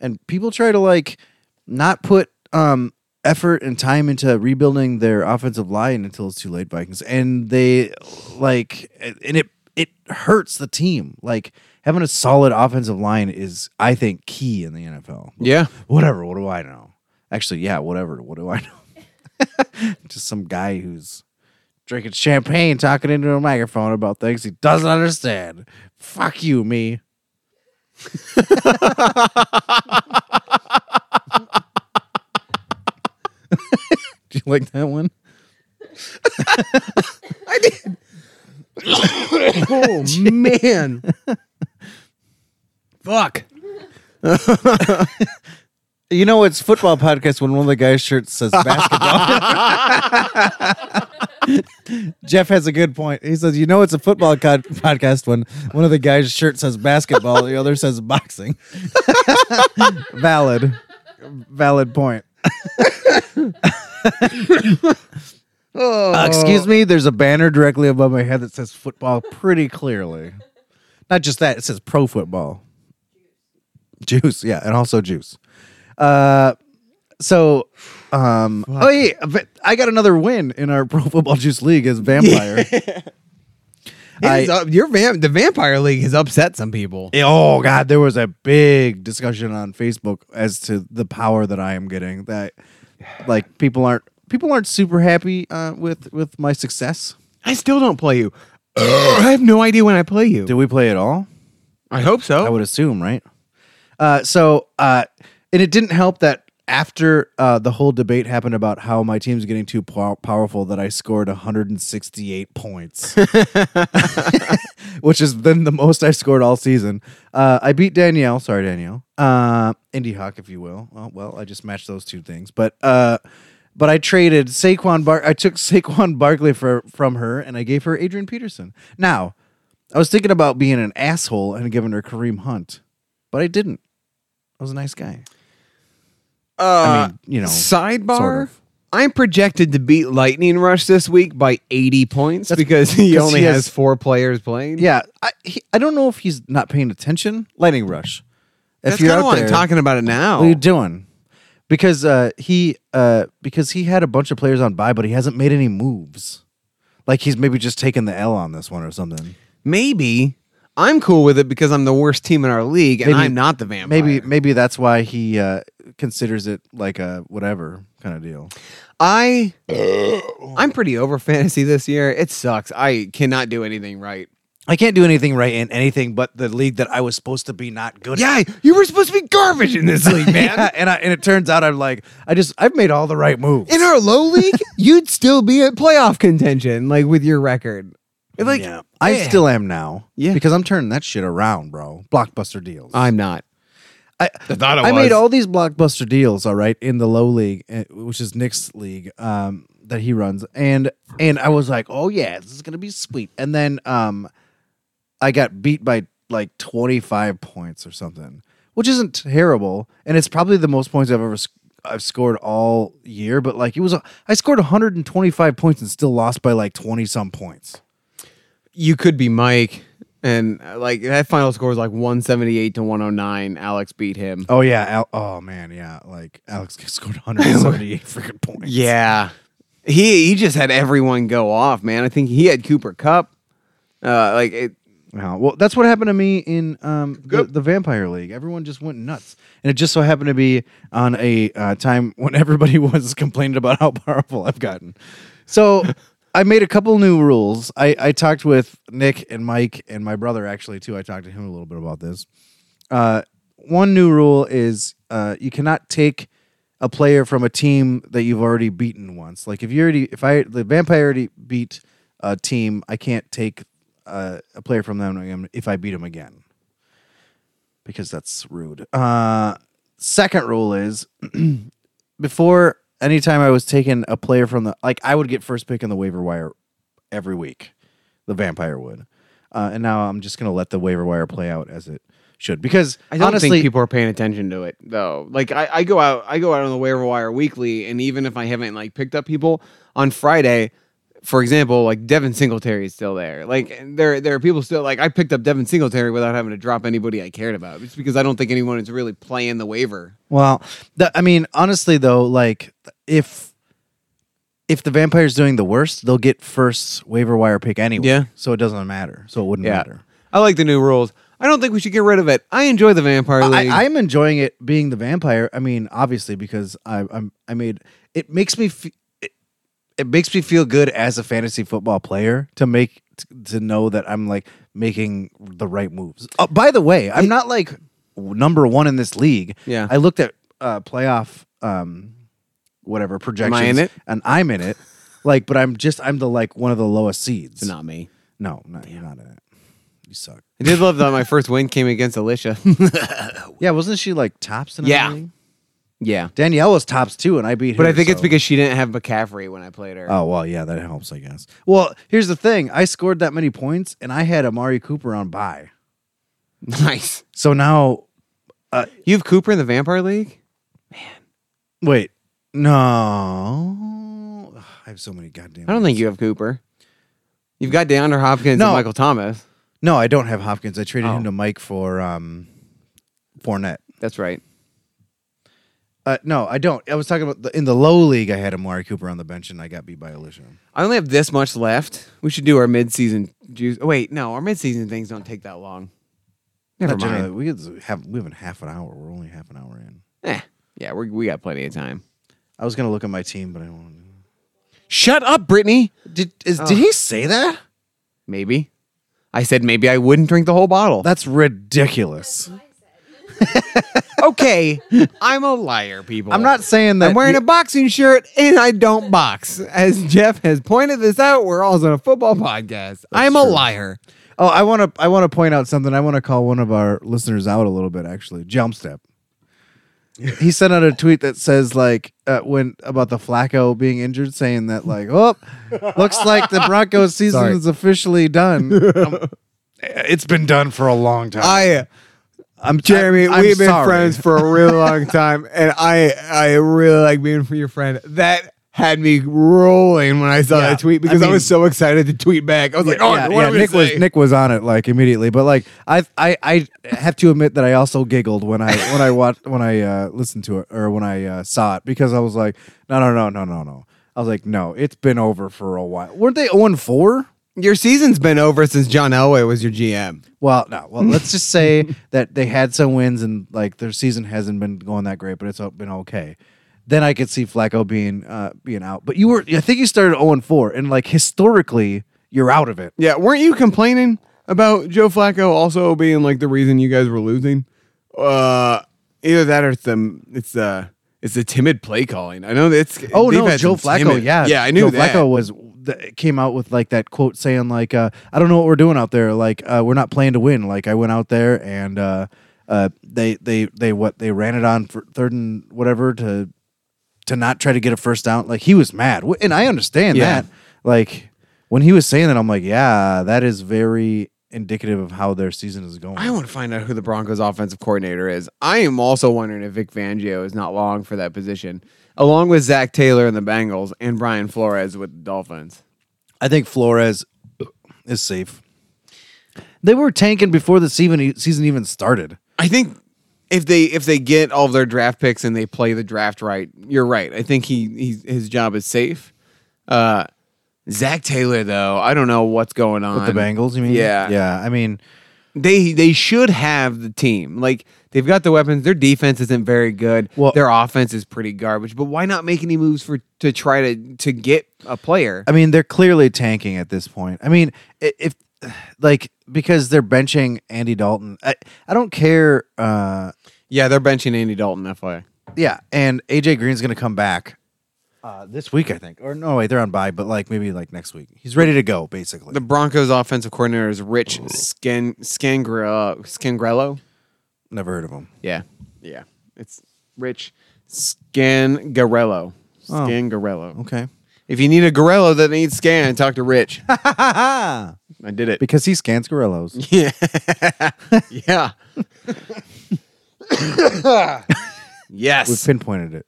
B: and people try to like not put um effort and time into rebuilding their offensive line until it's too late Vikings and they like and it it hurts the team like having a solid offensive line is I think key in the NFL
D: yeah.
B: whatever what do I know actually yeah whatever what do I know just some guy who's drinking champagne talking into a microphone about things he doesn't understand fuck you me do you like that one
D: Oh man, fuck.
B: You know, it's football podcast when one of the guys' shirts says basketball. Jeff has a good point. He says, "You know, it's a football co- podcast when one of the guys' shirt says basketball, the other says boxing." Valid, valid point. Uh, excuse me. There's a banner directly above my head that says football pretty clearly. Not just that; it says pro football. Juice, yeah, and also juice. Uh, so, um, oh yeah, but I got another win in our Pro Football Juice League as vampire. I-
D: It is up- your vamp, the Vampire League has upset some people.
B: oh god, there was a big discussion on Facebook as to the power that I am getting. That like people aren't people aren't super happy uh, with with my success.
D: I still don't play you. I have no idea when I play you.
B: Did we play at all?
D: I hope
B: I
D: so.
B: would assume, right? Uh, so, uh, and it didn't help that after uh, the whole debate happened about how my team's getting too pow- powerful that I scored 168 points, which is then the most I've scored all season. Uh, I beat Danielle, sorry Danielle, uh, Indie Hawk, if you will. Well, well, I just matched those two things, but uh, but I traded Saquon. Bar- I took Saquon Barkley for from her, and I gave her Adrian Peterson. Now, I was thinking about being an asshole and giving her Kareem Hunt, but I didn't. I was a nice guy.
D: Uh,
B: I mean, you know,
D: sidebar.
B: sort of.
D: I'm projected to beat Lightning Rush this week by 80 points because he
B: 'cause
D: only
B: he
D: has,
B: has-
D: four players playing.
B: Yeah, I he, I don't know if he's not paying attention. Lightning rush. If
D: that's
B: you're
D: kind of
B: out
D: why
B: there,
D: I'm talking about it now.
B: What are you doing? Because uh, he uh, because he had a bunch of players on by, but he hasn't made any moves. Like he's maybe just taking the L on this one or something.
D: Maybe I'm cool with it because I'm the worst team in our league and
B: Maybe-
D: I'm not the vampire.
B: Maybe maybe that's why he uh, considers it like a whatever kind of deal.
D: I I'm pretty over fantasy this year. It sucks. I cannot do anything right.
B: I can't do anything right in anything but the league that I was supposed to be not good. at.
D: Yeah, you were supposed to be garbage in this league, man.
B: Yeah, and I, and it turns out I'm like I just I've made all the right moves.
D: In our low league, you'd still be at playoff contention, like with your record. It's Like
B: yeah. I
D: eh.
B: still am now.
D: Yeah.
B: Because I'm turning that shit around, bro. Blockbuster deals.
D: I'm not.
B: I-
D: thought
B: I made all these blockbuster deals, all right, in the low league, eh, which is Nick's league um, that he runs, and and I was like, oh yeah, this is gonna be sweet. And then um, I got beat by like twenty five points or something, which isn't terrible, and it's probably the most points I've ever sc- I've scored all year. But like it was, a, I scored one hundred and twenty five points and still lost by like twenty some points.
D: you could be Mike, and uh, like that final score was like 178 to 109. Alex beat him.
B: Oh yeah, Al- oh man, yeah, like Alex scored one hundred and seventy eight freaking points.
D: Yeah, he he just had everyone go off, man. I think he had Cooper Cup. Uh, like it,
B: Wow. Well, that's what happened to me in um, the, the Vampire League. Everyone just went nuts, and it just so happened to be on a uh, time when everybody was complaining about how powerful I've gotten. So I made a couple new rules. I, I talked with Nick and Mike and my brother actually too. I talked to him a little bit about this. Uh, one new rule is uh, you cannot take a player from a team that you've already beaten once. Like if you already, if I the vampire already beat a team, I can't take uh, a player from them again if I beat him again, because that's rude. Uh, second rule is before anytime I was taking a player from the like I would get first pick in the waiver wire every week. The vampire would. Uh, and now I'm just gonna let the waiver wire play out as it should because
D: I don't
B: honestly,
D: think people are paying attention to it though. Like I, I go out, I go out on the waiver wire weekly, and even if I haven't like picked up people on Friday, for example, like Devin Singletary is still there. Like there, there are people still like I picked up Devin Singletary without having to drop anybody I cared about. It's because I don't think anyone is really playing the waiver.
B: Well, the, I mean, honestly, though, like if if the vampire's doing the worst, they'll get first waiver wire pick anyway.
D: Yeah.
B: So it doesn't matter. So it wouldn't
D: Yeah.
B: matter.
D: I like the new rules. I don't think we should get rid of it. I enjoy the Vampire League.
B: I, I'm enjoying it being the vampire. I mean, obviously, because I, I'm I made it makes me fe- it, it makes me feel good as a fantasy football player to make t- to know that I'm like making the right moves. Oh, by the way, I'm not like number one in this league.
D: Yeah.
B: I looked at uh, playoff um whatever projections.
D: it?
B: And I'm in it. Like, but I'm just I'm the like one of the lowest seeds.
D: it's not me.
B: No, not, you're not in it. You suck.
D: I did love that my first win came against Alicia.
B: Yeah, wasn't she like tops in
D: Yeah.
B: everything?
D: yeah.
B: Danielle was tops too, and I beat her.
D: But I think it's
B: so-
D: because she didn't have McCaffrey when I played her.
B: Oh well, yeah, that helps, I guess. Well, here's the thing: I scored that many points, and I had Amari Cooper on bye.
D: Nice.
B: So now,
D: You have Cooper in the Vampire League?
B: wait, no, Ugh, I have so many goddamn.
D: I don't think you have Cooper. You've got DeAndre Hopkins
B: No.
D: and Michael Thomas.
B: No, I don't have Hopkins. I traded
D: Oh.
B: him to Mike for um, Fournette.
D: That's right.
B: Uh, no, I don't. I was talking about the, in the low league. I had Amari Cooper on the bench, and I got beat by Elysium.
D: I only have this much left. We should do our midseason juice. Oh, wait, no, our midseason things don't take that long. Never
B: Not generally.
D: mind.
B: We could have we have half an hour. We're only half an hour in.
D: Eh, yeah, we we got plenty of time.
B: I was gonna look at my team, but I don't. want to.
D: Shut up, Brittany.
B: Did is, did he say that?
D: Maybe. I said maybe I wouldn't drink the whole bottle.
B: That's ridiculous.
D: okay, I'm a liar, people.
B: I'm not saying that.
D: I'm wearing a boxing shirt and I don't box. As Jeff has pointed this out, we're also a football podcast. I'm a
B: true.
D: liar.
B: Oh, I want to. I want to point out something. I want to call one of our listeners out a little bit. Actually, Jump Step. he sent out a tweet that says like uh, when about the Flacco being injured, saying that like, oh, looks like the Broncos season
D: Sorry.
B: is officially done. Um, it's been done for a long time.
D: I
B: I'm
D: Jeremy,
B: I'm- I'm
D: we've been
B: sorry.
D: friends for a real long time, and I I really like being your friend. That had me rolling when I saw
B: Yeah,
D: that tweet because I,
B: I mean-
D: was so excited to tweet back. I was like, "Oh,
B: yeah,
D: what
B: yeah,
D: am I
B: Nick
D: gonna
B: was
D: say?"
B: Nick was on it like immediately, but like I I I have to admit that I also giggled when I when I watched when I uh, listened to it or when I uh, saw it because I was like no no no no no no I was like no it's been over for a while weren't they zero and four
D: Your season's been over since John Elway was your GM.
B: well no well let's just say that they had some wins and like their season hasn't been going that great but it's been okay then I could see Flacco being uh, being out but you were I think you started zero and four and like historically you're out of it
D: Yeah, weren't you complaining about Joe Flacco also being like the reason you guys were losing? Uh, either that or it's the it's the it's the timid play calling. I know that's
B: Oh
D: they've
B: no,
D: had
B: Joe
D: some
B: Flacco.
D: timid-
B: Yeah,
D: yeah, I knew
B: Joe
D: that.
B: Flacco was th- came out with like that quote saying like, uh, "I don't know what we're doing out there. Like, uh, we're not playing to win. Like, I went out there and uh, uh, they they they what they ran it on for third and whatever to to not try to get a first down. Like, he was mad, Wh- and I understand
D: Yeah.
B: that. Like, when he was saying that, I'm like, yeah, that is very indicative of how their season is going.
D: I want to find out who the Broncos offensive coordinator is. I am also wondering if Vic Fangio is not long for that position, along with Zach Taylor and the Bengals and Brian Flores with the Dolphins.
B: I think Flores is safe. They were tanking before the season season even started.
D: I think if they if they get all of their draft picks and they play the draft right, you're right. I think he, he his job is safe. Uh, Zach Taylor though, I don't know what's going on
B: With the Bengals, you mean?
D: Yeah.
B: Yeah. I mean,
D: They they should have the team. Like they've got the weapons. Their defense isn't very good.
B: Well-
D: their offense is pretty garbage. But why not make any moves for to try to to get a player?
B: I mean, they're clearly tanking at this point. I mean, i- if like because they're benching Andy Dalton, I, I don't care. Uh,
D: Yeah, they're benching Andy Dalton. FYI.
B: yeah, and AJ Green's gonna come back uh, this week, I think. Or no, wait, they're on bye, but like maybe like next week. He's ready to go, basically.
D: The Broncos offensive coordinator is Rich Scan Scangrello. Scangrello.
B: Never heard of him.
D: Yeah. Yeah. It's Rich Scangarello. Scangarello.
B: Okay,
D: If you need a gorilla that needs scan, talk to Rich. I did it.
B: because he scans gorillas.
D: Yeah.
B: We've
D: yes.
B: pinpointed it.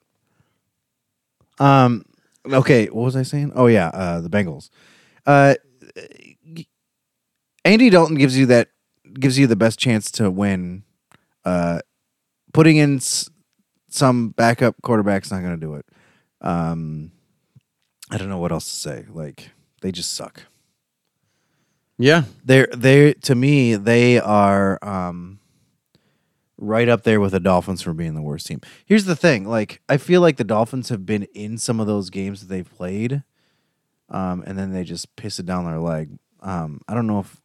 B: Um. Okay, what was I saying? Oh yeah, uh, the Bengals. Uh, Andy Dalton gives you that gives you the best chance to win. Uh, putting in s- some backup quarterback's not going to do it. Um, I don't know what else to say. Like they just suck.
D: Yeah.
B: They're they to me they are um, right up there with the Dolphins for being the worst team. Here's the thing: like I feel like the Dolphins have been in some of those games that they've played, um, and then they just piss it down their leg. Um, I don't know if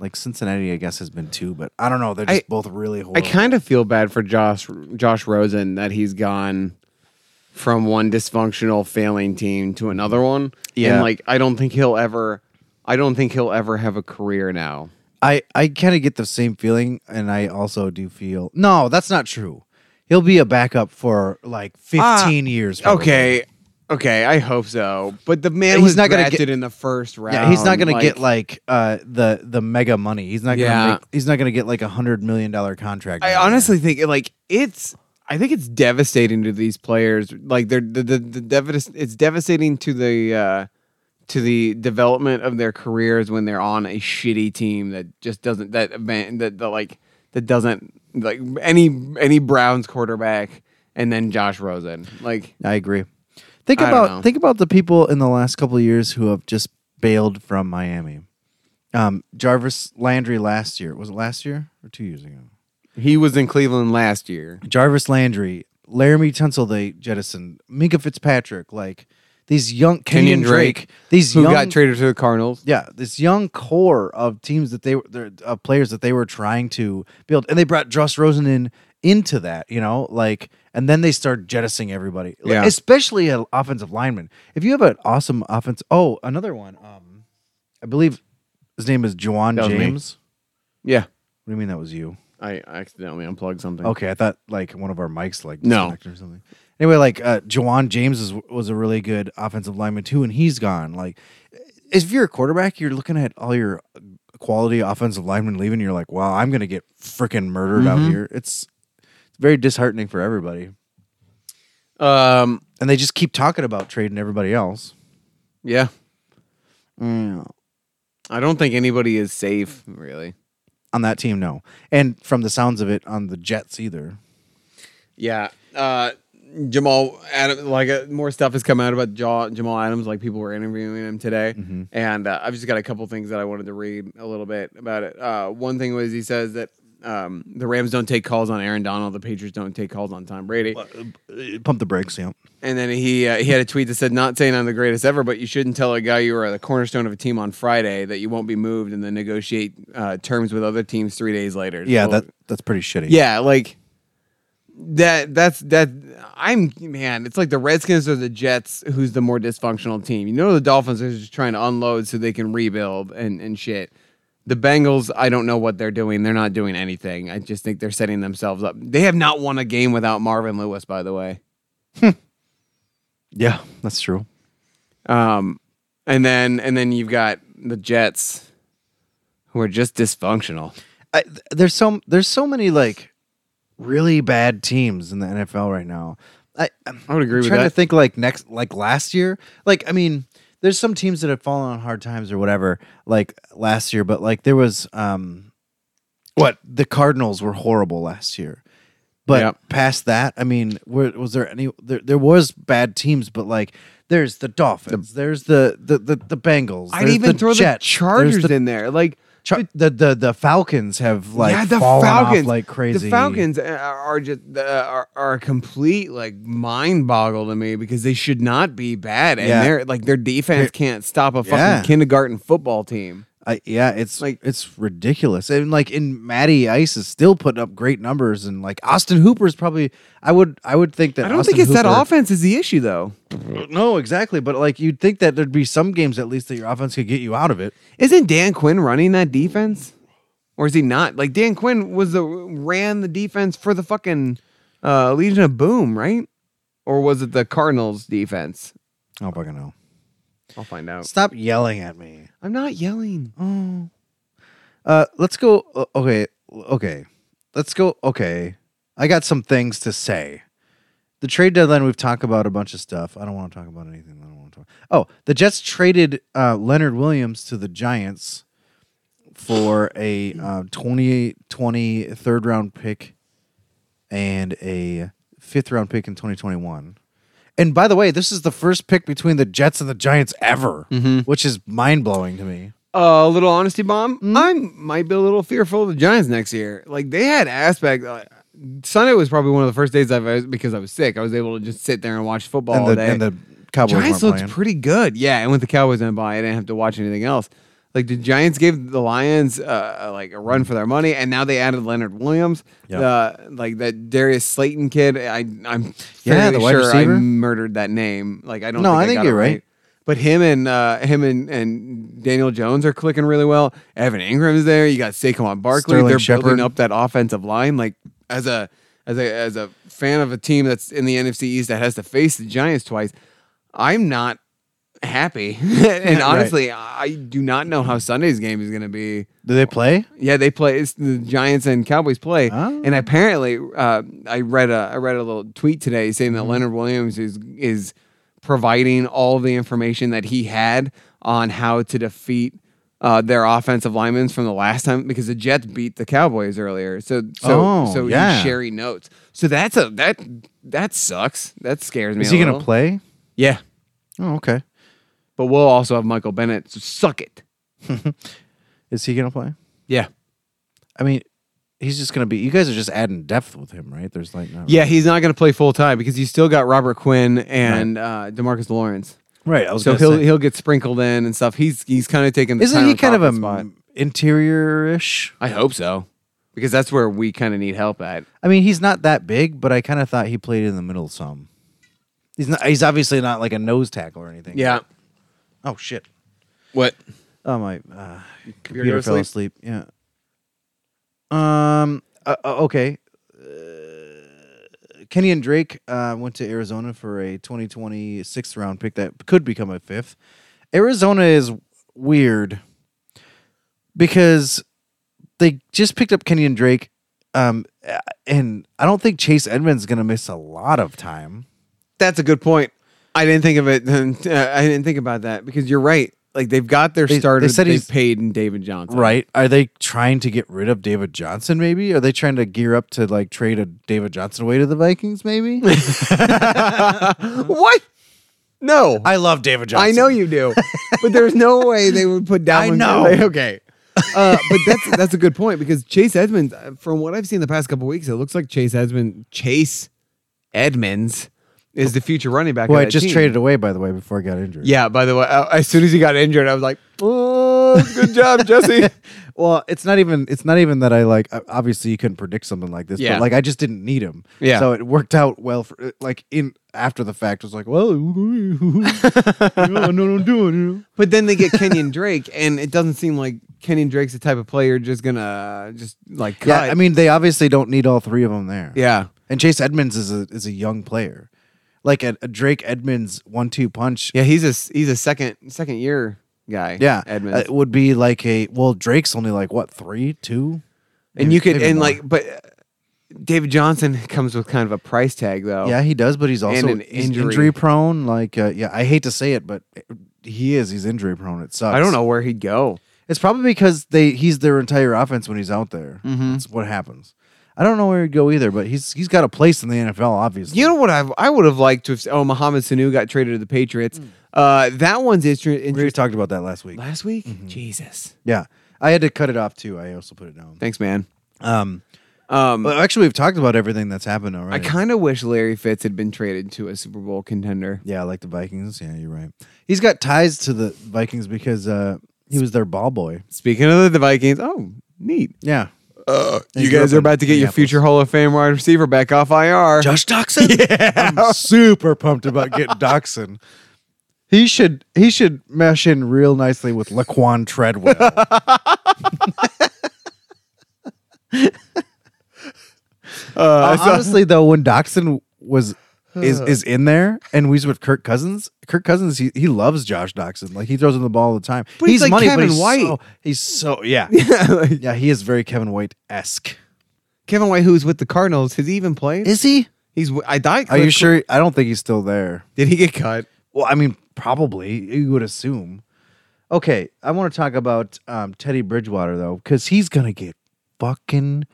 B: like Cincinnati, I guess, has been too, but I don't know. They're just
D: I-
B: both really horrible.
D: I kind of feel bad for Josh Josh Rosen that he's gone from one dysfunctional failing team to another one.
B: Yeah.
D: And like I don't think he'll ever I don't think he'll ever have a career now.
B: I I kind of get the same feeling, and I also do feel no, that's not true. He'll be a backup for like 15 years. probably.
D: Okay. Okay, I hope so. But the man
B: He's
D: was
B: not
D: not
B: gonna
D: drafted
B: get-
D: in the first round.
B: Yeah, he's not gonna
D: Um, like-
B: get like uh the the mega money. He's not gonna
D: Yeah.
B: make, he's not gonna get like a hundred million dollar contract.
D: I
B: down there.
D: honestly think like it's. I think it's devastating to these players. Like they're the the, the devast- It's devastating to the uh, to the development of their careers when they're on a shitty team that just doesn't that event that, that like that doesn't like any any Browns quarterback and then Josh Rosen. Like
B: I agree. Think
D: I don't
B: about
D: know.
B: think about the people in the last couple of years who have just bailed from Miami. Um, Jarvis Landry last year was it last year or two years ago?
D: he was in Cleveland last year.
B: Jarvis Landry, Laramie Tunsil, they jettisoned Minka Fitzpatrick, like these young
D: Kenyon
B: Kenyon, Drake,
D: Drake,
B: these
D: Who
B: young
D: got traded to the Cardinals?
B: yeah, this young core of teams that they were their- of players that they were trying to build, and they brought Josh Rosen in into that, you know, like, and then they start jettisoning everybody, Like,
D: Yeah.
B: especially an offensive lineman. If you have an awesome offense, oh, another one, um, I believe his name is Juwan
D: That was me.
B: James.
D: Yeah.
B: What do you mean that was you?
D: I accidentally unplugged something.
B: Okay, I thought like one of our mics like
D: Mm. No.
B: disconnected or something. Anyway, like uh, Jawan James is, was a really good offensive lineman too, and he's gone. Like, if you're a quarterback, you're looking at all your quality offensive linemen leaving. You're like, wow, I'm gonna get freaking murdered
D: Mm-hmm.
B: out here. It's it's very disheartening for everybody,
D: Um.
B: and they just keep talking about trading everybody else.
D: Yeah. I don't think anybody is safe, really.
B: On that team, no, and from the sounds of it, on the Jets either.
D: Yeah. Uh, Jamal Adams, like uh, more stuff has come out about Ja- Jamal Adams. Like people were interviewing him today,
B: Mm-hmm.
D: and uh, I've just got a couple things that I wanted to read a little bit about it. Uh, one thing was he says that um, the Rams don't take calls on Aaron Donald, the Patriots don't take calls on Tom Brady,
B: Pump the brakes, yeah.
D: and then he uh, he had a tweet that said, "Not saying I'm the greatest ever, but you shouldn't tell a guy you are the cornerstone of a team on Friday that you won't be moved, and then negotiate uh, terms with other teams three days later."
B: Yeah,
D: So-
B: that that's pretty shitty.
D: yeah, like that. That's that. I'm man. It's like the Redskins or the Jets. Who's the more dysfunctional team? You know, the Dolphins are just trying to unload so they can rebuild and and shit. The Bengals, I don't know what they're doing. They're not doing anything. I just think they're setting themselves up. They have not won a game without Marvin Lewis, by the way.
B: yeah, that's true.
D: Um, and then and then you've got the Jets, who are just dysfunctional.
B: I, th- there's so there's so many like really bad teams in the NFL right now. I, I'm
D: I would agree with
B: trying to
D: that.
B: think like next like last year. Like I mean, there's some teams that have fallen on hard times or whatever like last year, but like there was um what the Cardinals were horrible last year. But
D: Yep.
B: past that, I mean, were, was there any? There, there was bad teams, but like, there's the Dolphins, there's the the the, the Bengals.
D: I'd
B: there's
D: even
B: the
D: throw
B: Jets,
D: the
B: there's
D: Chargers
B: the
D: in there. Like
B: Char- the, the the Falcons have like
D: yeah,
B: the
D: the
B: fallen
D: Falcons
B: off like crazy.
D: The Falcons are, are just uh, are, are a complete like mind boggle to me because they should not be bad, and
B: Yeah.
D: they're like their defense can't stop a fucking
B: Yeah.
D: kindergarten football team.
B: I, yeah, it's like
D: Like-
B: it's ridiculous. And like in Matty Ice is still putting up great numbers, and like Austin Hooper's probably. I would I would think that
D: I don't
B: Austin
D: think it's that
B: Hooper-
D: offense is the issue though.
B: No, exactly. But like you'd think that there'd be some games at least that your offense could get you out of it.
D: Isn't Dan Quinn running that defense, or is he not? Like Dan Quinn was the ran the defense for the fucking uh, Legion of Boom, right? Or was it the Cardinals defense?
B: Oh fucking no!
D: I'll find out.
B: Stop yelling at me.
D: I'm not yelling.
B: Oh. Uh, let's go. o- Okay, okay. Let's go. Okay, I got some things to say. The trade deadline. We've talked about a bunch of stuff. I don't want to talk about anything. I don't want to talk. Oh, the Jets traded uh, Leonard Williams to the Giants for a uh, 2020 third round pick and a fifth round pick in 2021. And by the way, this is the first pick between the Jets and the Giants ever, which is mind blowing to me.
D: a little honesty bomb.
B: Mm-hmm.
D: I might be a little fearful of the Giants next year. Like they had aspect. Uh, Sunday was probably one of the first days I've because I was sick. I was able to just sit there and watch football
B: and
D: all
B: the,
D: day.
B: and the Cowboys
D: Oh, Giants
B: weren't
D: looked
B: playing.
D: pretty good. Yeah, and with the Cowboys in by, I didn't have to watch anything else. Like the Giants gave the Lions uh, like a run for their money, and now they added Leonard Williams,
B: Yeah.
D: the like that Darius Slayton kid. I I'm
B: Yeah,
D: fairly
B: the wide
D: sure I
B: receiver.
D: murdered that name. Like I don't.
B: No,
D: think
B: I
D: I,
B: think
D: got
B: you're
D: it
B: right.
D: But him and uh, him and, and Daniel Jones are clicking really well. Evan Ingram's there. You got Saquon Barkley.
B: Sterling
D: They're
B: Shepard.
D: building up that offensive line. Like as a as a as a fan of a team that's in the NFC East that has to face the Giants twice, I'm not happy. and honestly, I do not know how Sunday's game is going to be.
B: Do they play?
D: Yeah, they play. It's the Giants and Cowboys play,
B: Oh.
D: and apparently, uh, I read a I read a little tweet today saying
B: Mm-hmm.
D: that Leonard Williams is is providing all the information that he had on how to defeat uh, their offensive linemen from the last time because the Jets beat the Cowboys earlier. So so
B: Oh,
D: so
B: yeah.
D: he's sharing notes. So that's a that that sucks. That scares me.
B: Is
D: a
B: he going to
D: little.
B: play?
D: Yeah,
B: Oh, okay.
D: but we'll also have Michael Bennett. So suck it.
B: Is he going to play?
D: Yeah.
B: I mean, he's just going to be. You guys are just adding depth with him, right? There's like no.
D: Yeah, he's not going to play full time because you still got Robert Quinn and uh, Demarcus Lawrence.
B: right. I was
D: So
B: gonna
D: he'll
B: say.
D: he'll get sprinkled in and stuff. He's he's kind of taking. The
B: Isn't he
D: Tyron
B: kind of
D: Coughlin
B: a
D: spot.
B: interior ish?
D: I hope so. because that's where we kind of need help at.
B: I mean, he's not that big, but I kind of thought he played in the middle some. He's not. He's obviously not like a nose tackle or anything. Oh shit.
D: What?
B: Oh my. Uh,
A: Computer
B: computer
A: goes
B: fell asleep. Yeah. Um. Uh, uh, okay. Uh, Kenny and Drake uh, went to Arizona for a 2020 sixth round pick that could become a fifth. Arizona is weird because they just picked up Kenny and Drake, um, uh, and I don't think Chase Edmonds is going to miss a lot of time.
D: That's a good point. I didn't think of it. I didn't think about that because you're right. Like they've got their
B: They-
D: starter.
B: they said
D: they
B: he's-
D: paid in David Johnson.
B: Right? Are they trying to get rid of David Johnson? Maybe are they trying to gear up to like trade a David Johnson away to the Vikings? Maybe
D: what? No, I,
B: I love David Johnson.
D: know you do, but there's no way they would put down.
B: I know.
D: okay, uh, but that's that's a good point because Chase Edmonds, uh, from what I've seen the past couple weeks, it looks like Chase Edmonds. Chase Edmonds is the future running back.
B: Who
D: of
B: I
D: that
B: just
D: team.
B: traded away, by the way, before I got injured.
D: Yeah. By the way, uh, as soon as he got injured, I was like, "Oh, good job, Jesse."
B: Well, it's not even it's not even that I like. o- Obviously, you couldn't predict something like this,
D: Yeah.
B: but like I just didn't need him.
D: Yeah.
B: So it worked out well for uh, like in after the fact. It was like, well, you know, I know what I'm doing. You know?
D: But then they get Kenyon Drake, and it doesn't seem like Kenyon Drake's the type of player just gonna uh, just like cut.
B: Yeah. I mean, they obviously don't need all three of them there.
D: yeah,
B: And Chase Edmonds is a is a young player, like a, a Drake Edmonds one two punch.
D: yeah, he's a s- he's a second second year guy.
B: Yeah, Uh,
D: Edmonds,
B: it would be like a well. Drake's only like what three, two,
D: and you could
B: maybe
D: and
B: more.
D: like, but uh, David Johnson comes with kind of a price tag though.
B: Yeah, he does, but he's also
D: oh. an injury.
B: injury prone. Like, uh, yeah, I hate to say it, but he is. He's injury prone. It sucks.
D: I don't know where he'd go.
B: It's probably because they he's their entire offense when he's out there.
D: Mm-hmm.
B: That's what happens. I don't know where he'd go either, but he's he's got a place in the NFL, obviously.
D: You know what I I would have liked to have. s- Oh, Mohamed Sanu got traded to the Patriots. Uh, that one's interesting.
B: we already talked about that last week.
D: Last week, Jesus,
B: Yeah, I had to cut it off too. I also put it down.
D: thanks, man.
B: Um,
D: Um,
B: but actually, we've talked about everything that's happened
D: I
B: already.
D: kind of wish Larry Fitz had been traded to a Super Bowl contender.
B: Yeah, like the Vikings. Yeah, you're right. He's got ties to the Vikings because uh, he was their ball boy.
D: Speaking of the Vikings, oh, neat.
B: Yeah.
D: Uh,
B: And
D: you
B: grew
D: guys
B: up
D: are
B: in
D: about to get your
B: Minneapolis.
D: future Hall of Fame wide receiver back off IR.
C: Josh Doxson?
B: I'm super pumped about getting Doxson. He should he should mesh in real nicely with Laquan Treadwell. Uh, honestly, though, when Doxson was is is in there and he's with Kirk Cousins, Kirk Cousins he, he loves Josh Doxson. Like he throws him the ball all the time.
D: But he's like Kevin
B: he's
D: White.
B: so- he's so yeah. yeah, he is very Kevin White esque.
D: Kevin White, who's with the Cardinals, has he even played?
B: Is he?
D: He's I died.
B: Are you sure? I don't think he's still there.
D: Did he get cut?
B: Well, I mean, probably you would assume. Okay, I want to talk about um, Teddy Bridgewater though, because he's gonna get fucking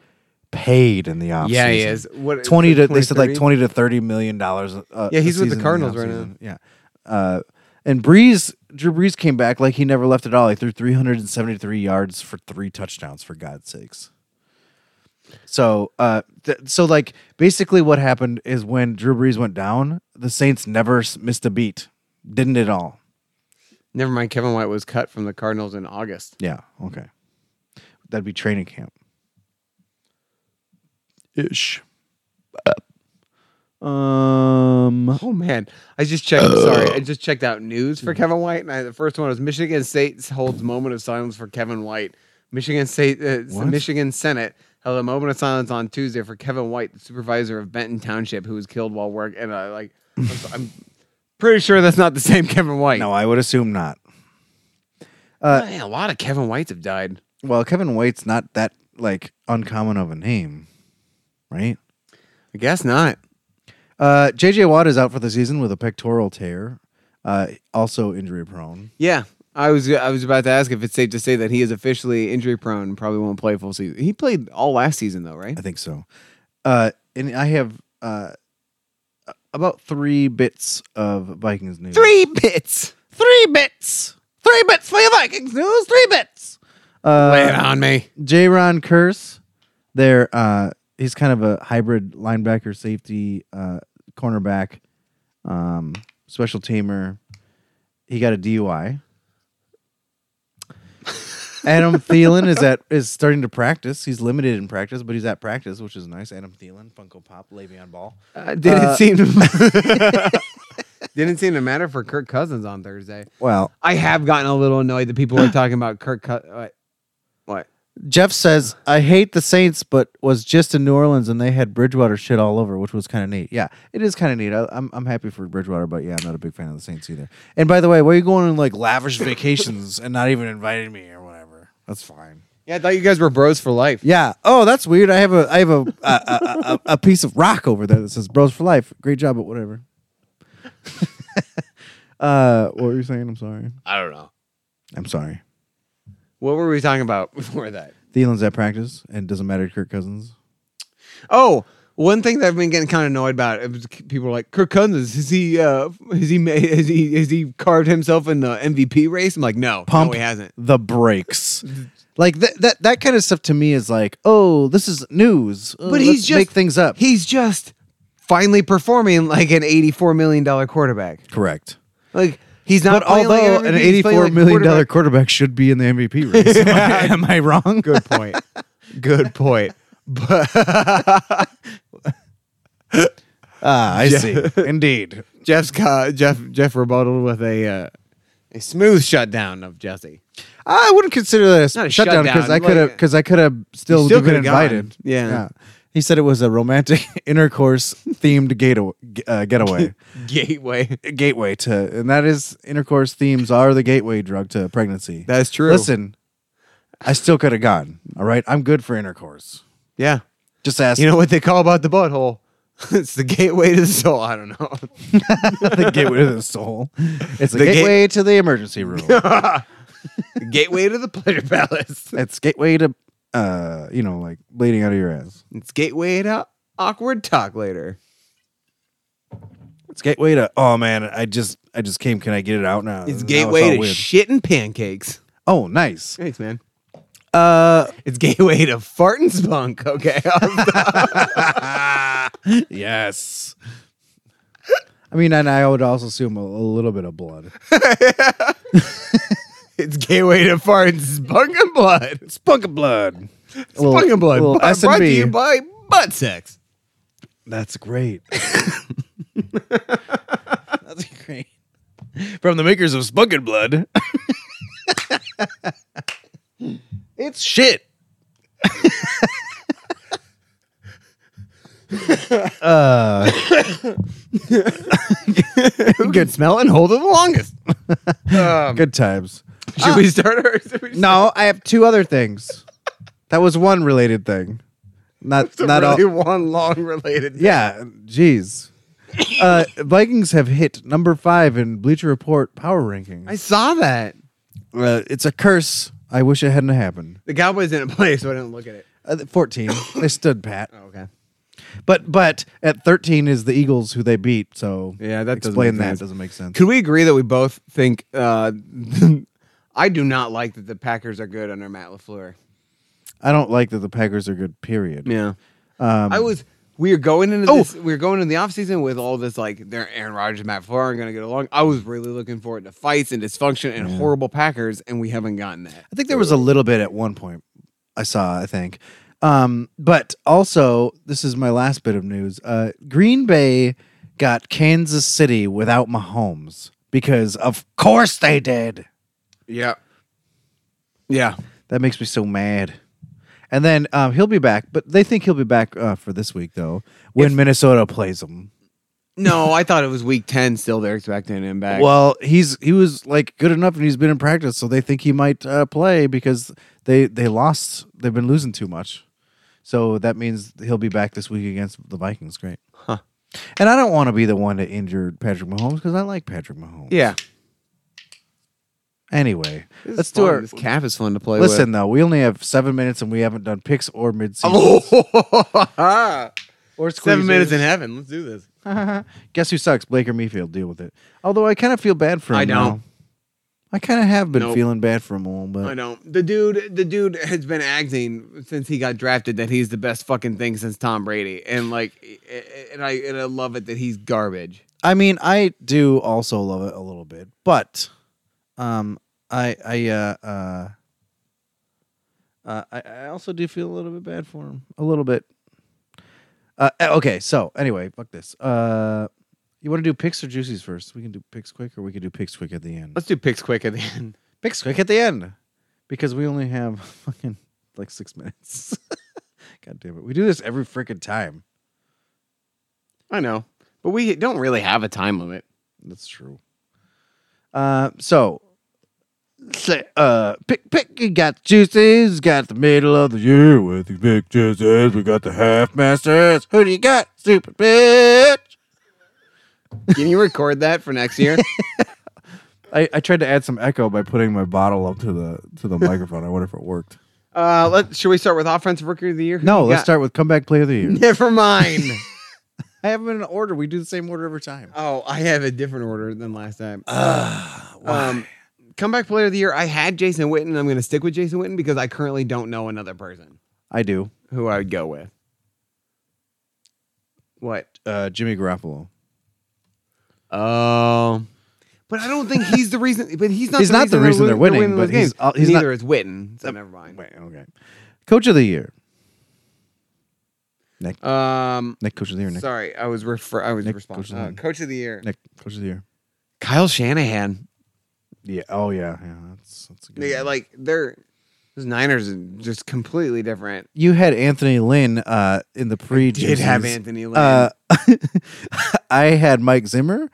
B: paid in the offseason.
D: What
B: Twenty to they said like
D: 20,
B: twenty to thirty million dollars. Uh,
D: Yeah,
B: a
D: he's with the
B: season in
D: Cardinals right
B: offseason. Yeah, uh, and Breeze, Drew Brees came back like he never left at all. He threw three hundred and seventy-three yards for three touchdowns. For God's sakes. So, uh, th- so like basically, what happened is when Drew Brees went down, the Saints never s- missed a beat, didn't at all.
D: Never mind. Kevin White was cut from the Cardinals in August.
B: Yeah. Okay. That'd be training camp. Ish. Um.
D: Oh man, I just checked. sorry, I just checked out news
B: Hmm.
D: for Kevin White, and I, the first one was Michigan State holds moment of silence for Kevin White. Michigan State, uh,
B: What?
D: Michigan Senate held a moment of silence on Tuesday for Kevin White, the supervisor of Benton Township, who was killed while work. And I like, I'm, so- I'm pretty sure that's not the same Kevin White. Uh,
B: No, Uh, I would assume not.
D: Man, a lot of Kevin Whites have died.
B: Well, Kevin White's not that like uncommon of a name, right?
D: I guess not.
B: Uh, J.J. Watt is out for the season with a pectoral tear, uh, also injury prone.
D: Yeah, I was I was about to ask if it's safe to say that he is officially injury prone and probably won't play full season. He played all last season though, right?
B: I think so. Uh, and I have uh, about three bits of Vikings news.
D: Three bits.
B: three bits, three bits for your Vikings news. Three bits.
D: Lay it
B: Uh,
D: on me.
B: J. Ron Curse, there. Uh, he's kind of a hybrid linebacker, safety, uh, cornerback, um, special teamer. He got a DUI. Adam Thielen is at is starting to practice. He's limited in practice, but he's at practice, which is nice. Adam Thielen, Funko Pop, Le'Veon Ball.
D: Uh, didn't seem to, didn't seem to matter for Kirk Cousins on Thursday.
B: Well,
D: I have gotten a little annoyed that people were talking about Kirk. Cous- what? what?
B: Jeff says, I hate the Saints, but was just in New Orleans and they had Bridgewater shit all over, which was kind of neat. Yeah, it is kind of neat. I, I'm, I'm happy for Bridgewater, but yeah, I'm not a big fan of the Saints either. And by the way, why are you going on like lavish vacations and not even inviting me or whatever? That's fine.
D: Yeah, I thought you guys were bros for life.
B: Yeah. Oh, that's weird. I have a I have a a, a, a, a piece of rock over there that says "Bros for Life." Great job, but whatever. uh, what were you saying? I'm sorry.
D: I don't know.
B: I'm sorry.
D: What were we talking about before that?
B: Thielen's at practice and doesn't matter to Kirk Cousins.
D: Oh, one thing that I've been getting kind of annoyed about it was people were like Kirk Cousins. Is he? Uh, is he? Made, is he? Is he carved himself in the MVP race? I'm like, no,
B: Pump
D: no, he hasn't.
B: the brakes. like that that that kind of stuff to me is like, oh, this is news. Oh,
D: But he's
B: let's
D: just-
B: make things up.
D: He's just finally performing like an 84 million dollar quarterback.
B: Correct.
D: Like he's not.
B: But although an eighty-four million dollar quarterback should be in the MVP race, am, I, am I wrong?
D: Good point. Good point. But
B: Ah, I see. Indeed.
D: Jeff's ca- Jeff Jeff rebutted with a uh, a smooth shutdown of Jesse.
B: I wouldn't consider that a, s-
D: Not a
B: shutdown because
D: shutdown,
B: I could have
D: like-
B: because I could have still,
D: still
B: been
D: could've gone.
B: invited.
D: Yeah.
B: He said it was a romantic intercourse themed gato- g- uh, getaway.
D: Gateway.
B: gateway to and that is intercourse themes are the gateway drug to pregnancy.
D: That's true.
B: Listen, I still could have gone. All right, I'm good for intercourse.
D: Yeah.
B: Just ask
D: You know what they call about the butthole? it's the gateway to the soul. I don't know.
B: the gateway to the soul. It's the,
D: The ga-
B: gateway to the emergency room.
D: the gateway to the pleasure palace.
B: it's gateway to uh, you know, like bleeding out of your ass.
D: It's gateway to awkward talk later.
B: It's gateway to oh man, I just I just came. Can I get it out now? Now
D: It's
B: all
D: gateway to
B: weird.
D: shit and pancakes.
B: oh, nice.
D: Thanks, man.
B: Uh,
D: It's gateway to fart and spunk. Okay.
B: yes. I mean, and I would also assume a, a little bit of blood.
D: it's gateway to fart and spunk and blood.
B: Spunk of blood.
D: Spunk and blood.
B: little
D: bu- brought to
B: S&B.
D: you by butt sex.
B: That's great. That's great. From the makers of Spunk and Blood. it's shit. uh,
D: Who can smell and hold it the longest? Um,
B: good times.
D: Should we start? Or should we just-
B: No, I have two other things. That was one related thing. Not
D: It's a
B: not all.
D: really one long related.
B: Yeah, jeez. Uh, Vikings have hit number five in Bleacher Report power rankings.
D: I saw that.
B: uh, it's a curse. I wish it hadn't happened.
D: The Cowboys didn't play, so I didn't look at it.
B: Uh, th- Fourteen, Oh. they stood pat.
D: Oh, okay.
B: But but at thirteen is the Eagles who they beat. So
D: Yeah, that doesn't
B: explain
D: make
B: that
D: sense.
B: doesn't make sense.
D: Could we agree that we both think? Uh, I do not like that the Packers are good under Matt Lafleur.
B: I don't like that the Packers are good. Period.
D: Yeah.
B: Um,
D: I was. We are going into
B: Oh!
D: this. We are going into the offseason with all this like their Aaron Rodgers and Matt Fleur are going to get along. I was really looking forward to fights and dysfunction and horrible Packers, and we haven't gotten that.
B: I think there was a little bit at one point. I saw. I think. Um, but also, this is my last bit of news. Uh, Green Bay got Kansas City without Mahomes because, of course, they did.
D: Yeah. Yeah.
B: That makes me so mad. And then um, he'll be back, but they think he'll be back uh, for this week though, when Minnesota plays him.
D: No, I thought it was week ten. Still, they're expecting him back.
B: Well, he's he was like good enough, and he's been in practice, so they think he might uh, play because they they lost. They've been losing too much, so that means he'll be back this week against the Vikings. Great.
D: Huh.
B: And I don't want to be the one to injure Patrick Mahomes because I like Patrick Mahomes.
D: yeah.
B: Anyway,
D: This is
B: let's do
D: fun.
B: our.
D: This calf is fun to play
B: Listen though, we only have seven minutes, and we haven't done picks or midseason
D: with.
B: or
D: Oh, Seven minutes
B: squeezers.
D: in heaven. Let's do this.
B: Guess who sucks? Blake or Mayfield. Deal with it. Although I kind of feel bad for him.
D: I don't.
B: now. I kind of have been
D: Nope.
B: feeling bad for him a little, but
D: I know the dude. The dude has been acting since he got drafted that he's the best fucking thing since Tom Brady, and like, i- i- and I and I love it that he's garbage.
B: I mean, I do also love it a little bit, but um, I I uh, uh, Uh, I, I also do feel a little bit bad for him, a little bit. Uh, eh, okay, so anyway, fuck this. Uh, you want to do picks or juicies first? We can do picks quick, or we can do picks quick at the end.
D: Let's do picks quick at the end.
B: picks quick at the end because we only have fucking like six minutes. God damn it, we do this every freaking time.
D: I know, but we don't really have a time limit.
B: That's true. Uh, so, say, uh, pick, pick, you got juices, got the middle of the year with the big juices, we got the half masters. Who do you got, stupid bitch?
D: Can you record that for next year?
B: I, I tried to add some echo by putting my bottle up to the to the microphone. I wonder if it worked.
D: Uh, let, should we start with offensive rookie of the year? Who
B: No,
D: you
B: let's
D: got?
B: start with comeback play of the year.
D: Never mind.
B: I have them in order. We do the same order every time.
D: oh, I have a different order than last time. um, comeback player of the year. I had Jason Witten. I'm going to stick with Jason Witten because I currently don't know another person
B: I do.
D: who I would go with. What?
B: Uh, Jimmy Garoppolo.
D: Oh. But I don't think he's the reason. But he's not.
B: He's
D: the
B: not the reason they're winning,
D: those
B: but he's-
D: games.
B: uh, he's not-
D: neither is Witten. So never mind.
B: Wait, okay. Coach of the year.
D: Um,
B: Nick, coach of the year. Nick,
D: sorry, I was refer. I was
B: Nick,
D: responding.
B: coach of
D: Uh, coach of the
B: the year.
D: year,
B: Nick, coach of the year.
D: Kyle Shanahan.
B: Yeah. Oh yeah. Yeah. That's that's a good.
D: Yeah,
B: one.
D: like they're those Niners are just completely different.
B: you had Anthony Lynn uh, in the pre.
D: Did have Anthony Lynn.
B: Uh, I had Mike Zimmer.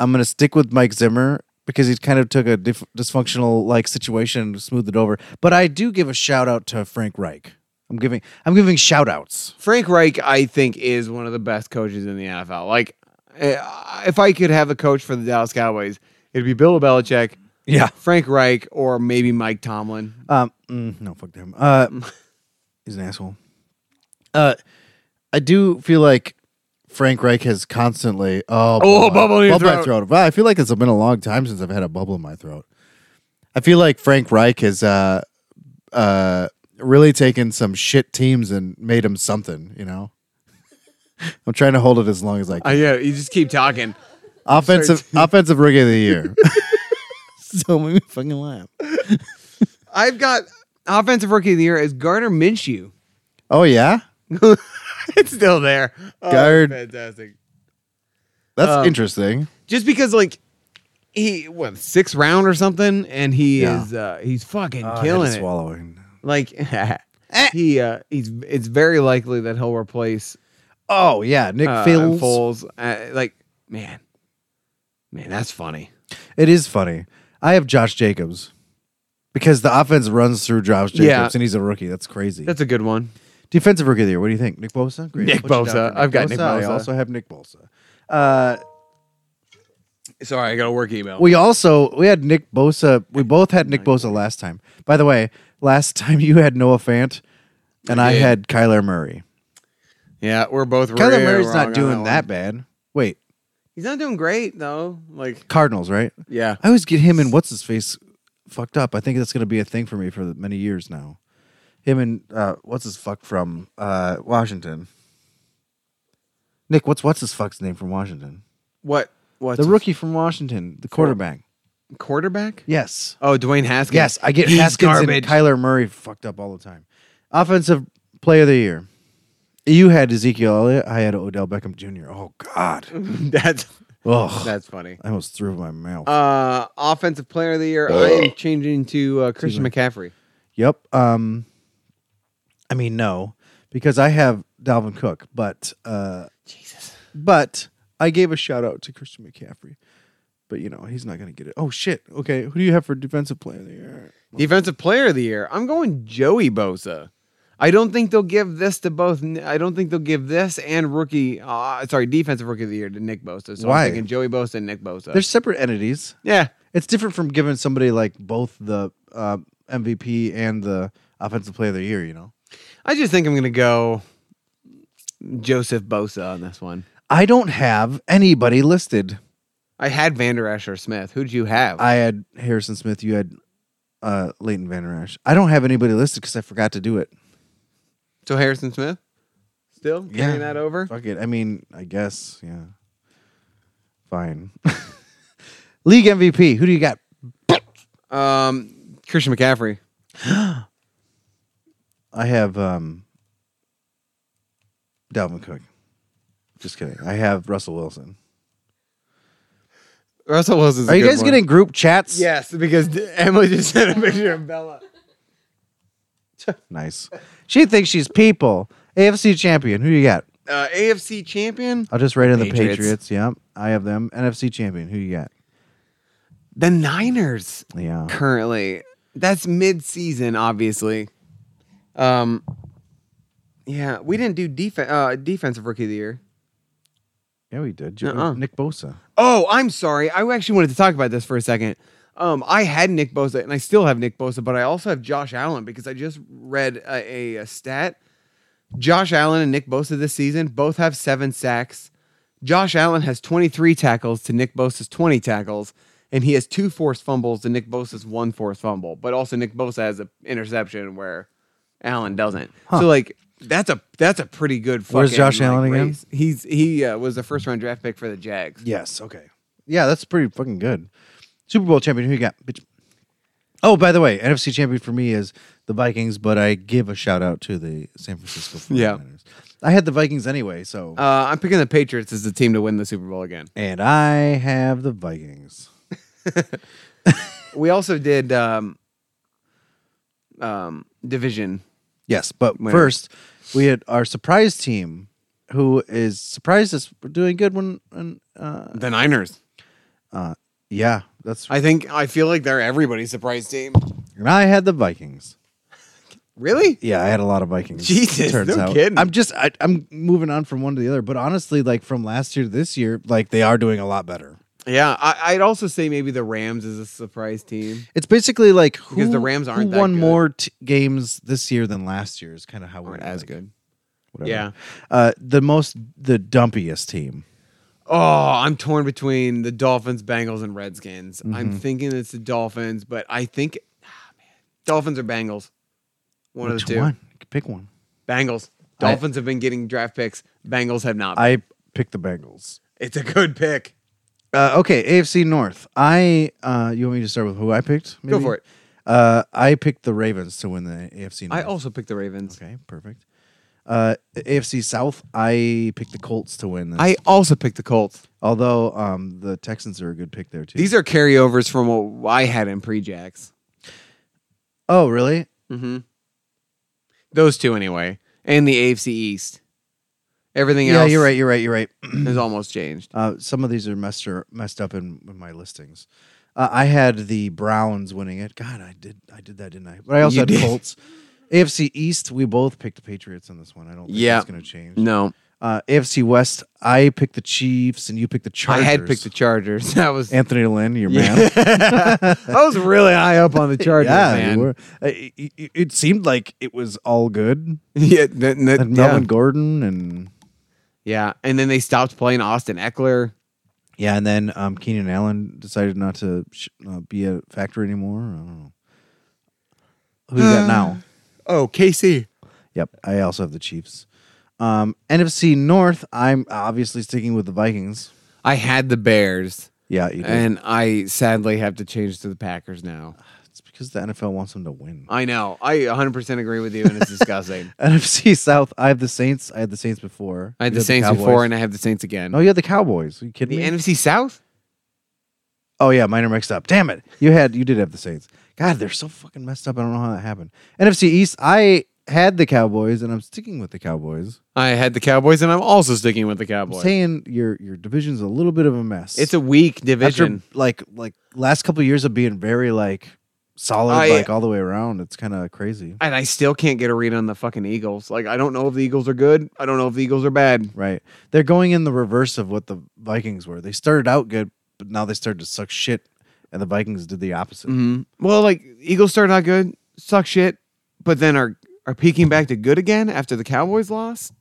B: I'm gonna stick with Mike Zimmer because he kind of took a dif- dysfunctional like situation, and smoothed it over. But I do give a shout out to Frank Reich. I'm giving I'm giving shout outs.
D: Frank Reich, I think, is one of the best coaches in the NFL. Like, eh, if I could have a coach for the Dallas Cowboys, it'd be Bill Belichick,
B: Yeah.
D: Frank Reich, or maybe Mike Tomlin.
B: Um, mm, no, fuck him. Uh, he's an asshole. Uh, I do feel like Frank Reich has constantly oh,
D: Oh,
B: boy.
D: bubble in your
B: my
D: throat.
B: throat. Wow, I feel like it's been a long time since I've had a bubble in my throat. I feel like Frank Reich has uh, uh, really taken some shit teams and made them something. You know, I'm trying to hold it as long as I can.
D: Uh, yeah, you just keep talking.
B: offensive offensive rookie of the year. so many fucking laugh.
D: I've got offensive rookie of the year is Garner Minshew.
B: Oh yeah,
D: it's still there. Oh,
B: Guard-
D: fantastic.
B: that's
D: Um,
B: interesting.
D: Just because, like, he what sixth round or something, and he
B: Yeah.
D: is uh he's fucking
B: Oh, I had to Eh.
D: killing it.
B: swallow
D: Like he uh he's it's very likely that he'll replace
B: Oh yeah, Nick
D: uh,
B: Foles.
D: Foles. Uh, like man, man, that's funny.
B: It is funny. I have Josh Jacobs because the offense runs through Josh Jacobs,
D: Yeah.
B: and he's a rookie. That's crazy.
D: That's a good one.
B: Defensive rookie of the year. What do you think, Nick Bosa? Great.
D: Nick
B: Put you down
D: Bosa.
B: for
D: I've got Nick
B: I
D: Bosa.
B: also have Nick Bosa. Uh,
D: Sorry, I got a work email.
B: we also we had Nick Bosa. We both had Nick Bosa last time. By the way, last time you had Noah Fant, and I,
D: did.
B: had Kyler Murray.
D: yeah, we're both.
B: Kyler
D: real
B: Murray's
D: wrong
B: not
D: on
B: doing that,
D: one.
B: bad. Wait,
D: He's not doing great though. Like
B: Cardinals, right?
D: yeah,
B: I always get him and what's his face fucked up. I think that's going to be a thing for me for many years now. Him and uh, what's his fuck from uh, Washington. Nick, what's what's his fuck's name from Washington?
D: what what
B: the rookie from Washington, the quarterback.
D: quarterback?
B: Yes,
D: Oh, Dwayne Haskins.
B: yes, I get
D: He's
B: Haskins and
D: garbage.
B: Kyler Murray fucked up all the time. Offensive player of the year. You had Ezekiel Elliott. I had Odell Beckham Jr. Oh God,
D: that's
B: oh,
D: that's funny.
B: I almost threw my mouth.
D: Uh, offensive player of the year. I am changing to uh, Christian McCaffrey.
B: Yep. Um, I mean, no, because I have Dalvin Cook, but uh, Jesus. But I gave a shout out to Christian McCaffrey, but you know he's not gonna get it. Oh shit. Okay, who do you have for defensive player of the year?
D: Defensive player of the year. I'm going Joey Bosa. I don't think they'll give this to both. I don't think they'll give this and rookie. Uh, sorry, defensive rookie of the year to Nick Bosa. So
B: Why?
D: I'm thinking Joey Bosa and Nick Bosa.
B: They're separate entities.
D: yeah,
B: It's different from giving somebody like both the uh, MVP and the offensive player of the year. You know,
D: I just think I'm gonna go Joseph Bosa on this one.
B: I don't have anybody listed.
D: I had Vander Asher Smith. Who'd you have?
B: I had Harrison Smith. You had uh, Leighton Van Der Esch. I don't have anybody listed because I forgot to do it.
D: so Harrison Smith. Still
B: Yeah.
D: carrying that over.
B: Fuck it. I mean, I guess. Yeah. Fine. League MVP. Who do you got?
D: Um, Christian McCaffrey.
B: I have um, Dalvin Cook. Just kidding. I have Russell Wilson.
D: Russell Wilson's. a
B: Are you
D: good
B: guys
D: one.
B: getting group chats?
D: Yes, because Emily just sent a picture of Bella.
B: Nice. She thinks she's people. AFC champion. Who you got?
D: Uh, AFC champion.
B: I'll just write in the
D: Patriots.
B: Patriots. Yep. I have them. NFC champion. Who you got?
D: The Niners
B: Yeah.
D: currently. That's mid-season, obviously. Um, yeah, we didn't do defense. Uh, defensive rookie of the year.
B: Yeah, we did. Jo-
D: Uh-uh.
B: Nick Bosa.
D: Oh, I'm sorry. I actually wanted to talk about this for a second. Um, I had Nick Bosa, and I still have Nick Bosa, but I also have Josh Allen because I just read a, a, a stat. Josh Allen and Nick Bosa this season both have seven sacks. Josh Allen has 23 tackles to Nick Bosa's 20 tackles, and he has two forced fumbles to Nick Bosa's one forced fumble. But also Nick Bosa has an interception where Allen doesn't. So like that's a that's a pretty good. Fucking,
B: Where's Josh
D: like,
B: Allen again?
D: race. He's he uh, was a first round draft pick for the Jags.
B: Yes. Okay. Yeah, that's pretty fucking good. Super Bowl champion. Who you got? Bitch. Oh, by the way, NFC champion for me is the Vikings, but I give a shout out to the San Francisco 49ers.
D: Yeah.
B: I had the Vikings anyway, so.
D: Uh, I'm picking the Patriots as the team to win the Super Bowl again.
B: and I have the Vikings.
D: We also did um, um, division.
B: Yes, but
D: Winner.
B: first we had our surprise team, who is surprised us for doing good when. And, uh,
D: The Niners.
B: yeah, that's
D: I think I feel like they're everybody's surprise team.
B: and I had the Vikings.
D: Really?
B: Yeah, I had a lot of Vikings.
D: Jesus,
B: turns
D: no
B: out.
D: kidding.
B: I'm just I, I'm moving on from one to the other, but honestly, like from last year to this year, like they are doing a lot better.
D: Yeah. I, I'd also say maybe the Rams is a surprise team.
B: It's basically like who,
D: Because the Rams aren't
B: who
D: that
B: won
D: good.
B: more t- games this year than last year is kind of how we're
D: Aren't as
B: like,
D: good.
B: Whatever.
D: Yeah.
B: uh, the most the dumpiest team.
D: Oh, I'm torn between the Dolphins, Bengals, and Redskins. I'm thinking it's the Dolphins, but I think ah, man. Dolphins or Bengals. One
B: Which
D: of the two.
B: one? Pick one.
D: Bengals.
B: I-
D: Dolphins have been getting draft picks. Bengals have not.
B: I picked the Bengals.
D: it's a good pick.
B: Uh, okay, AFC North. I uh, you want me to start with who I picked?
D: Go for it.
B: Uh, I picked the Ravens to win the AFC. North.
D: I also picked the Ravens.
B: Okay, perfect. Uh, AFC South, I picked the Colts to win this.
D: I also picked the Colts.
B: although um, the Texans are a good pick there too.
D: These are carryovers from what I had in pre-jacks.
B: oh really?
D: Mm-hmm. Those two anyway, and the AFC East. Everything
B: Yeah,
D: else,
B: you're right. You're right. You're right.
D: has almost changed.
B: Uh, some of these are messed or, messed up in, in my listings. Uh, I had the Browns winning it. God, I did. I did that, didn't I? But I also
D: You
B: had
D: did.
B: Colts. AFC East, we both picked the Patriots in this one. I don't think
D: Yeah.
B: it's going to change.
D: No,
B: Uh, AFC West, I picked the Chiefs and you picked the Chargers.
D: I had picked the Chargers. That was
B: Anthony Lynn, your
D: Yeah.
B: man.
D: I was really high up on the Chargers,
B: yeah, you
D: man.
B: were. Uh, It, it- it seemed like it was all good.
D: Yeah, th- th-
B: And
D: yeah.
B: Melvin Gordon and
D: yeah, and then they stopped playing Austin Eckler.
B: yeah, and then um, Keenan Allen decided not to sh- uh, be a factor anymore. I don't know. Who you got now?
D: Oh, KC.
B: Yep, I also have the Chiefs. Um, NFC North, I'm obviously sticking with the Vikings.
D: I had the Bears,
B: Yeah, you did.
D: and I sadly have to change to the Packers now.
B: it's because the NFL wants them to win.
D: I know. I 100% agree with you, and it's disgusting.
B: NFC South, I have the Saints. I had the Saints before.
D: I had
B: You
D: the Oh, Saints
B: Cowboys.
D: before, and I have the Saints again.
B: no, you had the Cowboys. Are you kidding
D: the
B: me?
D: NFC South?
B: Oh yeah, mine are mixed up. Damn it. You had you did have the Saints. God, they're so fucking messed up. I don't know how that happened. NFC East, I had the Cowboys and I'm sticking with the Cowboys.
D: I had the Cowboys, and I'm also sticking with the
B: I'm
D: Cowboys.
B: saying your your division's a little bit of a mess.
D: It's a weak
B: After,
D: division.
B: like like last couple of years of being very like solid
D: I-
B: like all the way around. It's kind of crazy.
D: and I still can't get a read on the fucking Eagles. Like, I don't know if the Eagles are good. I don't know if the Eagles are bad.
B: Right. They're going in the reverse of what the Vikings were. They started out good, but now they started to suck shit and the Vikings did the opposite.
D: Mhm. Well, like, Eagles started out good, suck shit, but then are are peaking back to good again after the Cowboys lost.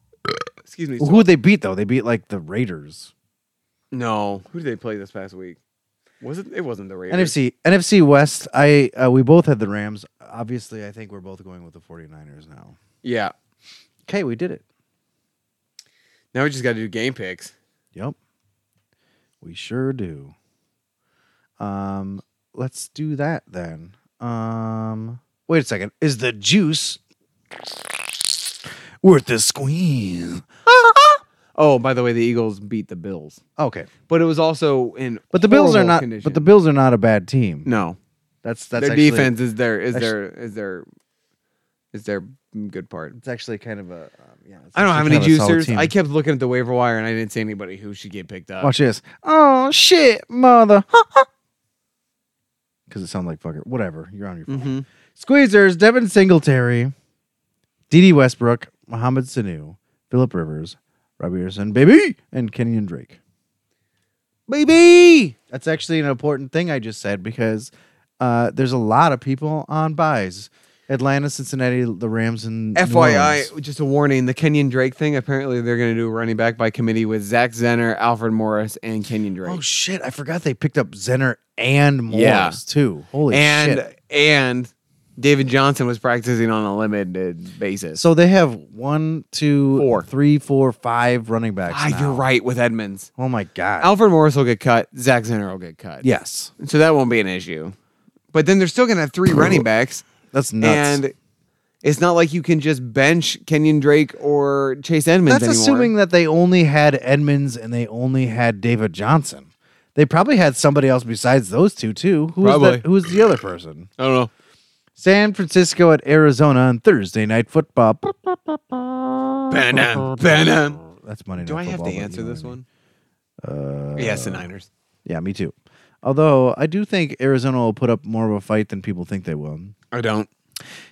D: Excuse me.
B: Well, who would they beat though? They beat like the Raiders.
D: no. Who did they play this past week? Was it? It wasn't the Raiders.
B: NFC NFC West. I uh, we both had the Rams. Obviously, I think we're both going with the 49ers now.
D: Yeah.
B: Okay, we did it.
D: Now we just got to do game picks.
B: Yep. We sure do. Um let's do that then. Um wait a second. Is the juice
C: Worth a squeeze.
D: Oh, by the way, the Eagles beat the Bills,
B: Okay,
D: but it was also in.
B: but the Bills are
D: horrible
B: not.
D: Condition.
B: But the Bills are not a bad team.
D: No,
B: That's that's
D: their
B: actually,
D: defense is their is
B: actu-
D: their is their is their good part.
B: It's actually kind of a. Um, yeah, it's
D: I don't have
B: actually
D: any
B: kind of a solid
D: juicers.
B: team.
D: I kept looking at the waiver wire and I didn't see anybody who should get picked up.
B: Watch this. Oh shit, mother. Because it sounded like fucker. Whatever. You're on your phone.
D: Mhm.
B: Squeezers, Devin Singletary, D.D. Westbrook, Mohamed Sanu, Philip Rivers, Robbie Anderson, baby, and Kenyon Drake.
D: Baby.
B: That's actually an important thing I just said because uh, there's a lot of people on buys. Atlanta, Cincinnati, the Rams, and New Orleans.
D: FYI, just a warning: the Kenyon Drake thing. Apparently, they're going to do a running back by committee with Zach Zenner, Alfred Morris, and Kenyon Drake.
B: Oh shit! I forgot they picked up Zenner and Morris
D: Yeah.
B: too. Holy
D: and
B: shit!
D: and David Johnson was practicing on a limited basis.
B: So they have one, two,
D: Four.
B: three, four, five running backs.
D: ah,
B: now.
D: you're right with Edmonds.
B: Oh my god.
D: Alfred Morris will get cut. Zach Zinner will get cut.
B: yes,
D: So that won't be an issue. But then they're still going to have three running backs.
B: that's nuts.
D: And it's not like you can just bench Kenyon Drake or Chase Edmonds
B: that's
D: anymore.
B: assuming that they only had Edmonds and they only had David Johnson. They probably had somebody else besides those two too. Who was
D: Probably.
B: the, who was the other person?
D: I don't know.
B: San Francisco at Arizona on Thursday night football.
D: Benham, Benham.
B: That's Monday night.
D: Do I have to
B: Football, but you
D: answer
B: know
D: this
B: what I mean.
D: one? Uh, yes, the Niners.
B: Yeah, me too. Although I do think Arizona will put up more of a fight than people think they will.
D: Uh, I don't.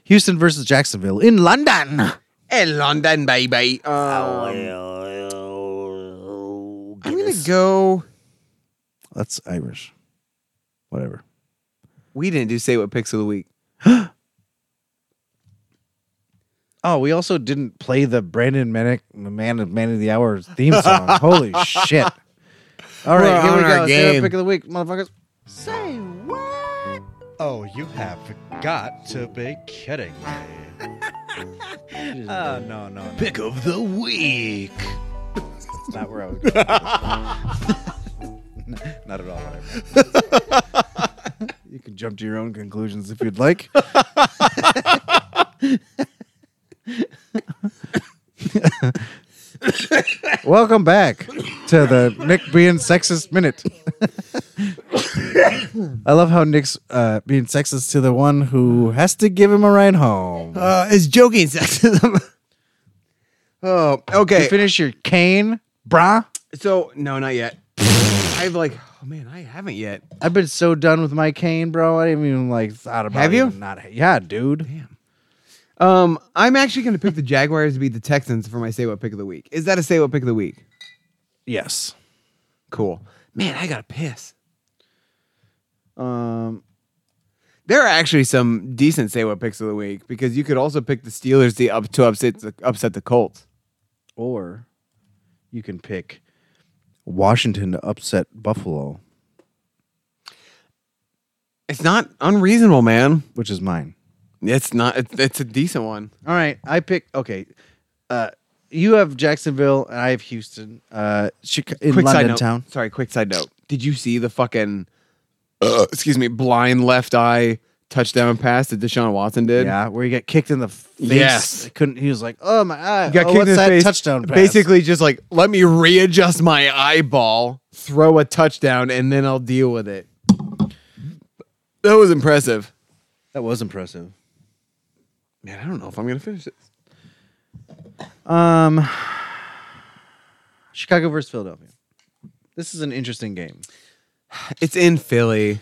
B: Houston versus Jacksonville in London.
D: Hey, London, baby. Um, I'm going to go.
B: That's Irish. Whatever.
D: We didn't do say what picks of the week.
B: Oh, we also didn't play the Brandon Manic, the man of man of the hour theme song. Holy shit! All
D: We're
B: right, here we
D: on our
B: go. Let's do our
D: game.
B: pick of the week, motherfuckers. Say what?
A: Oh, you have got to be kidding me.
B: Oh no, no, no,
C: Pick of the week.
B: that's not where I was. Going. not at all. what I meant. you can jump to your own conclusions if you'd like. Welcome back to the Nick being sexist minute. I love how Nick's uh, being sexist to the one who has to give him a ride home.
D: Uh, it's joking sexism. oh,
B: You
D: okay.
B: finish your cane, brah.
D: so no, not yet. I've like, oh man, I haven't yet.
B: I've been so done with my cane, bro. I didn't even like thought about.
D: Have you?
B: even Not yeah, dude.
D: Damn. Um, I'm actually gonna pick the Jaguars to beat the Texans for my say what pick of the week. Is that a say what pick of the week?
B: Yes.
D: Cool. Man, I gotta piss.
B: Um.
D: There are actually some decent say what picks of the week because you could also pick the Steelers to up to upset the, upset the Colts.
B: Or you can pick Washington to upset Buffalo,
D: It's not unreasonable, man.
B: which is mine.
D: It's not. It's, it's a decent one.
B: All right, I pick. Okay, uh, you have Jacksonville and I have Houston. Uh, Chica- in
D: quick side
B: London
D: note.
B: town.
D: Sorry, quick side note. Did you see the fucking uh, excuse me, blind left eye touchdown pass that Deshaun Watson did?
B: Yeah, where he got kicked in the face.
D: Yes.
B: I couldn't. He was like, "Oh my eye!"
D: He got
B: oh,
D: kicked
B: what's
D: in the
B: that
D: face.
B: touchdown pass?
D: Basically just like, let me readjust my eyeball, throw a touchdown, and then I'll deal with it. That was impressive.
B: that was impressive.
D: Man, I don't know if I'm gonna finish it.
B: Um, Chicago versus Philadelphia. This is an interesting game.
D: It's in Philly.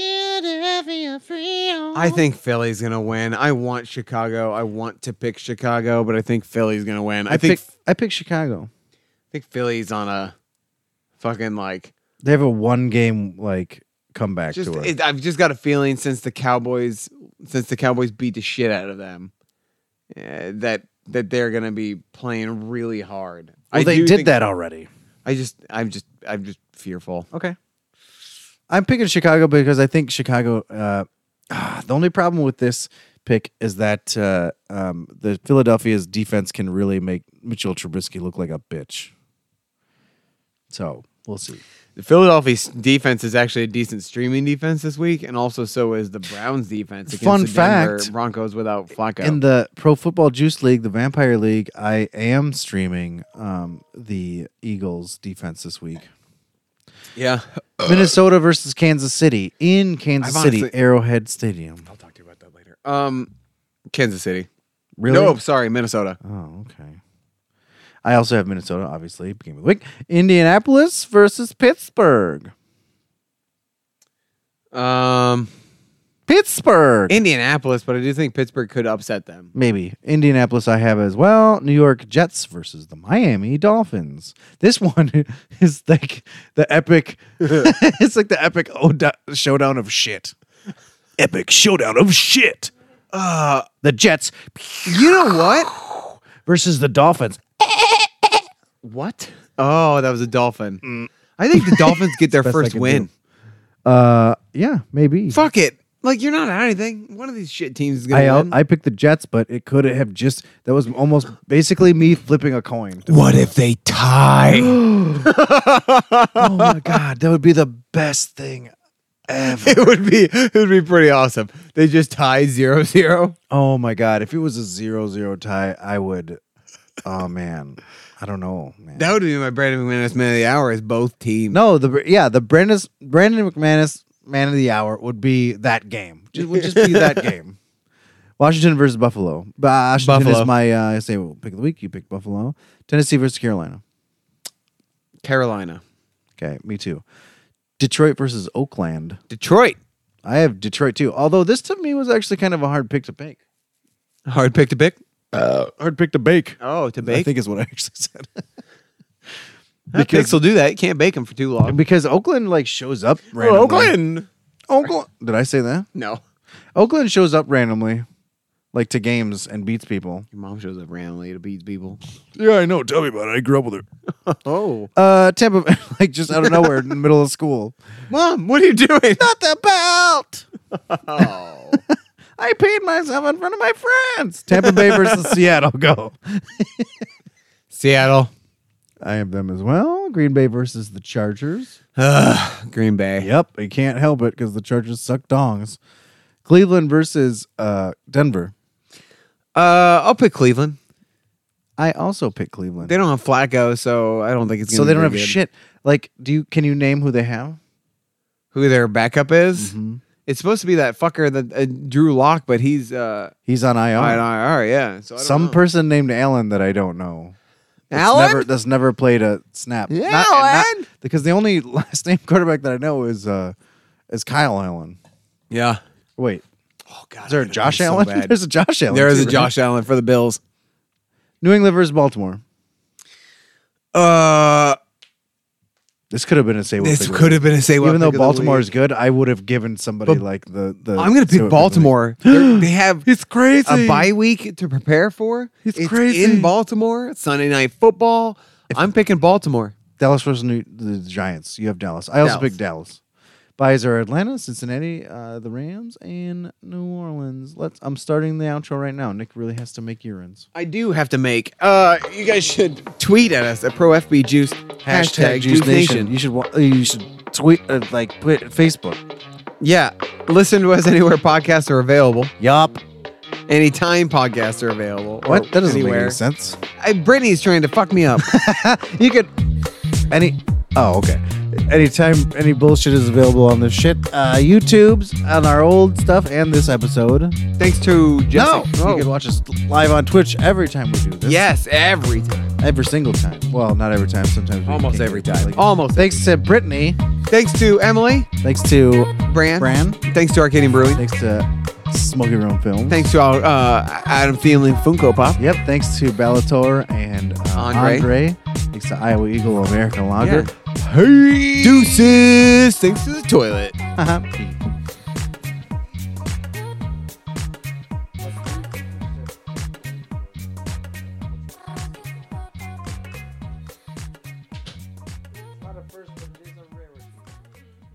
B: Philadelphia,
D: I think Philly's gonna win. I want Chicago. I want to pick Chicago, but I think Philly's gonna win. I,
B: I
D: think
B: pick, I pick Chicago.
D: I think Philly's on a fucking like
B: They have a one game like comeback
D: just
B: to it.
D: it, I've just got a feeling since the Cowboys since the Cowboys beat the shit out of them eh, that that they're gonna be playing really hard.
B: well,
D: I
B: they
D: do
B: did
D: think-
B: that already.
D: I just I'm just I'm just fearful.
B: Okay. I'm picking Chicago because I think Chicago. Uh, ah, the only problem with this pick is that uh, um, the Philadelphia's defense can really make Mitchell Trubisky look like a bitch. So We'll see.
D: The Philadelphia's defense is actually a decent streaming defense this week, and also so is the Browns defense. Against
B: Fun
D: the Denver
B: fact,
D: Broncos without Flacco.
B: In the Pro Football Juice League, the Vampire League, I am streaming um, the Eagles defense this week.
D: yeah,
B: Minnesota versus Kansas City in Kansas
D: I've
B: City,
D: honestly-
B: Arrowhead Stadium.
D: I'll talk to you about that later. Um, Kansas City.
B: Really?
D: No, sorry, Minnesota.
B: Oh, okay. I also have Minnesota, obviously, game of the week. Indianapolis versus Pittsburgh.
D: Um,
B: Pittsburgh.
D: Indianapolis, but I do think Pittsburgh could upset them.
B: Maybe. Indianapolis, I have as well. New York Jets versus the Miami Dolphins. This one is like the epic. it's like the epic oda- showdown of shit.
C: Epic showdown of shit.
B: Uh, The Jets
D: You know what?
B: versus the Dolphins.
D: What? Oh, that was a dolphin. I think the Dolphins get their
B: Best I
D: first
B: can
D: win.
B: do. Uh, yeah, maybe.
D: Fuck it. Like you're not out of anything. One of these shit teams is gonna
B: I uh,
D: win.
B: I picked the Jets, but it could have just that was almost basically me flipping a coin.
C: What if they tie?
B: oh my god, that would be the best thing ever.
D: it would be it would be pretty awesome. They just tie zero zero.
B: Oh my god, if it was a zero-zero tie, I would. Oh man, I don't know, man.
D: That would be my Brandon McManus man of the hour is both teams.
B: no, the yeah, the Brandon Brandon McManus man of the hour would be that game. It would just be that game. Washington versus Buffalo. Washington
D: Buffalo.
B: is my uh, I say well, pick of the week. You pick Buffalo. Tennessee versus Carolina.
D: Carolina.
B: Okay, me too. Detroit versus Oakland.
D: Detroit.
B: I have Detroit too. Although this to me was actually kind of a hard pick to pick.
D: Hard pick to pick.
B: Uh, Hard pick to bake.
D: Oh, to
B: I
D: bake.
B: think is what I actually said.
D: Huh, picks will do that. You can't bake them for too long.
B: because Oakland like shows up randomly.
D: Oh, Oakland.
B: Oakland. Did I say that?
D: No.
B: Oakland shows up randomly, like to games and beats people.
D: Your mom shows up randomly to beat people.
A: Yeah, I know. Tell me about it. I grew up with her.
D: Oh.
B: Uh, Tampa, like just out of nowhere in the middle of school.
D: Mom, what are you doing?
B: Not the belt.
D: Oh.
B: I peed myself in front of my friends. Tampa Bay versus Seattle. Go.
D: Seattle.
B: I have them as well. Green Bay versus the Chargers.
D: Ugh, Green Bay.
B: Yep, they can't help it because the Chargers suck dongs. Cleveland versus uh, Denver.
D: Uh, I'll pick Cleveland.
B: I also pick Cleveland.
D: They don't have Flacco, so I don't think it's gonna
B: so
D: be
B: they don't have
D: very good.
B: shit. Like, do you can you name who they have?
D: Who their backup is?
B: Mm-hmm.
D: It's supposed to be that fucker that uh, Drew Lock, but he's uh
B: He's on IR.
D: on IR, yeah. So I don't
B: Ah. Some
D: know.
B: person named Allen that I don't know. That's
D: Allen?
B: never that's never played a snap.
D: Yeah,
B: and
D: Allen.
B: because the only last name quarterback that I know is uh is Kyle Allen.
D: yeah.
B: Wait,
D: Oh god.
B: is there a
D: I'm gonna
B: Josh
D: be so
B: Allen?
D: bad.
B: There's a Josh Allen.
D: There is
B: too,
D: a
B: right?
D: Josh Allen for the Bills.
B: New England versus Baltimore.
D: Uh,
B: This could have been a say. what
D: this
B: pick of the
D: could have been a say.
B: even though Baltimore is good, I would have given somebody like the the.
D: I'm gonna
B: Stewart
D: pick Baltimore. They're- they have
B: It's crazy.
D: a bye week to prepare for.
B: It's crazy.
D: in Baltimore. It's Sunday night football. I'm picking Baltimore.
B: Dallas versus New, the Giants. You have Dallas. I also
D: Dallas.
B: pick Dallas. Buys are Atlanta, Cincinnati, uh, the Rams, and New Orleans. Let's. I'm starting the outro right now. Nick really has to make urines.
D: I do have to make. Uh, you guys should tweet at us at ProFB Juice hashtag, Juice Nation.
B: You should. wa- uh, You should tweet uh, like put it- Facebook.
D: Yeah, listen to us anywhere podcasts are available.
B: Yup.
D: Anytime podcasts are available. or
B: What? That doesn't make
D: anywhere.
B: any sense.
D: I, Brittany's trying to fuck me up.
B: You could. Any. Oh, okay. Anytime any bullshit is available on this shit, uh, YouTube's on our old stuff and this episode.
D: Thanks to Jessica.
B: No, Oh. you can watch us live on Twitch every time we do this.
D: Yes, every time.
B: every single time. Well, not every time. Sometimes we
D: Almost
B: can't
D: every
B: get it.
D: time.
B: Like-
D: Almost.
B: Thanks to Brittany.
D: Thanks to Emily,
B: Thanks to
D: Brand.
B: Bran.
D: Thanks to Arcadian Brewing.
B: Thanks to Smoky Room Film.
D: Thanks to our uh, Adam Thielen Funko Pop.
B: Yep. Thanks to Bellator and uh,
D: Andre.
B: Andre. Thanks to Iowa Eagle American Lager.
D: Deuces. Thanks to the toilet.
B: Haha.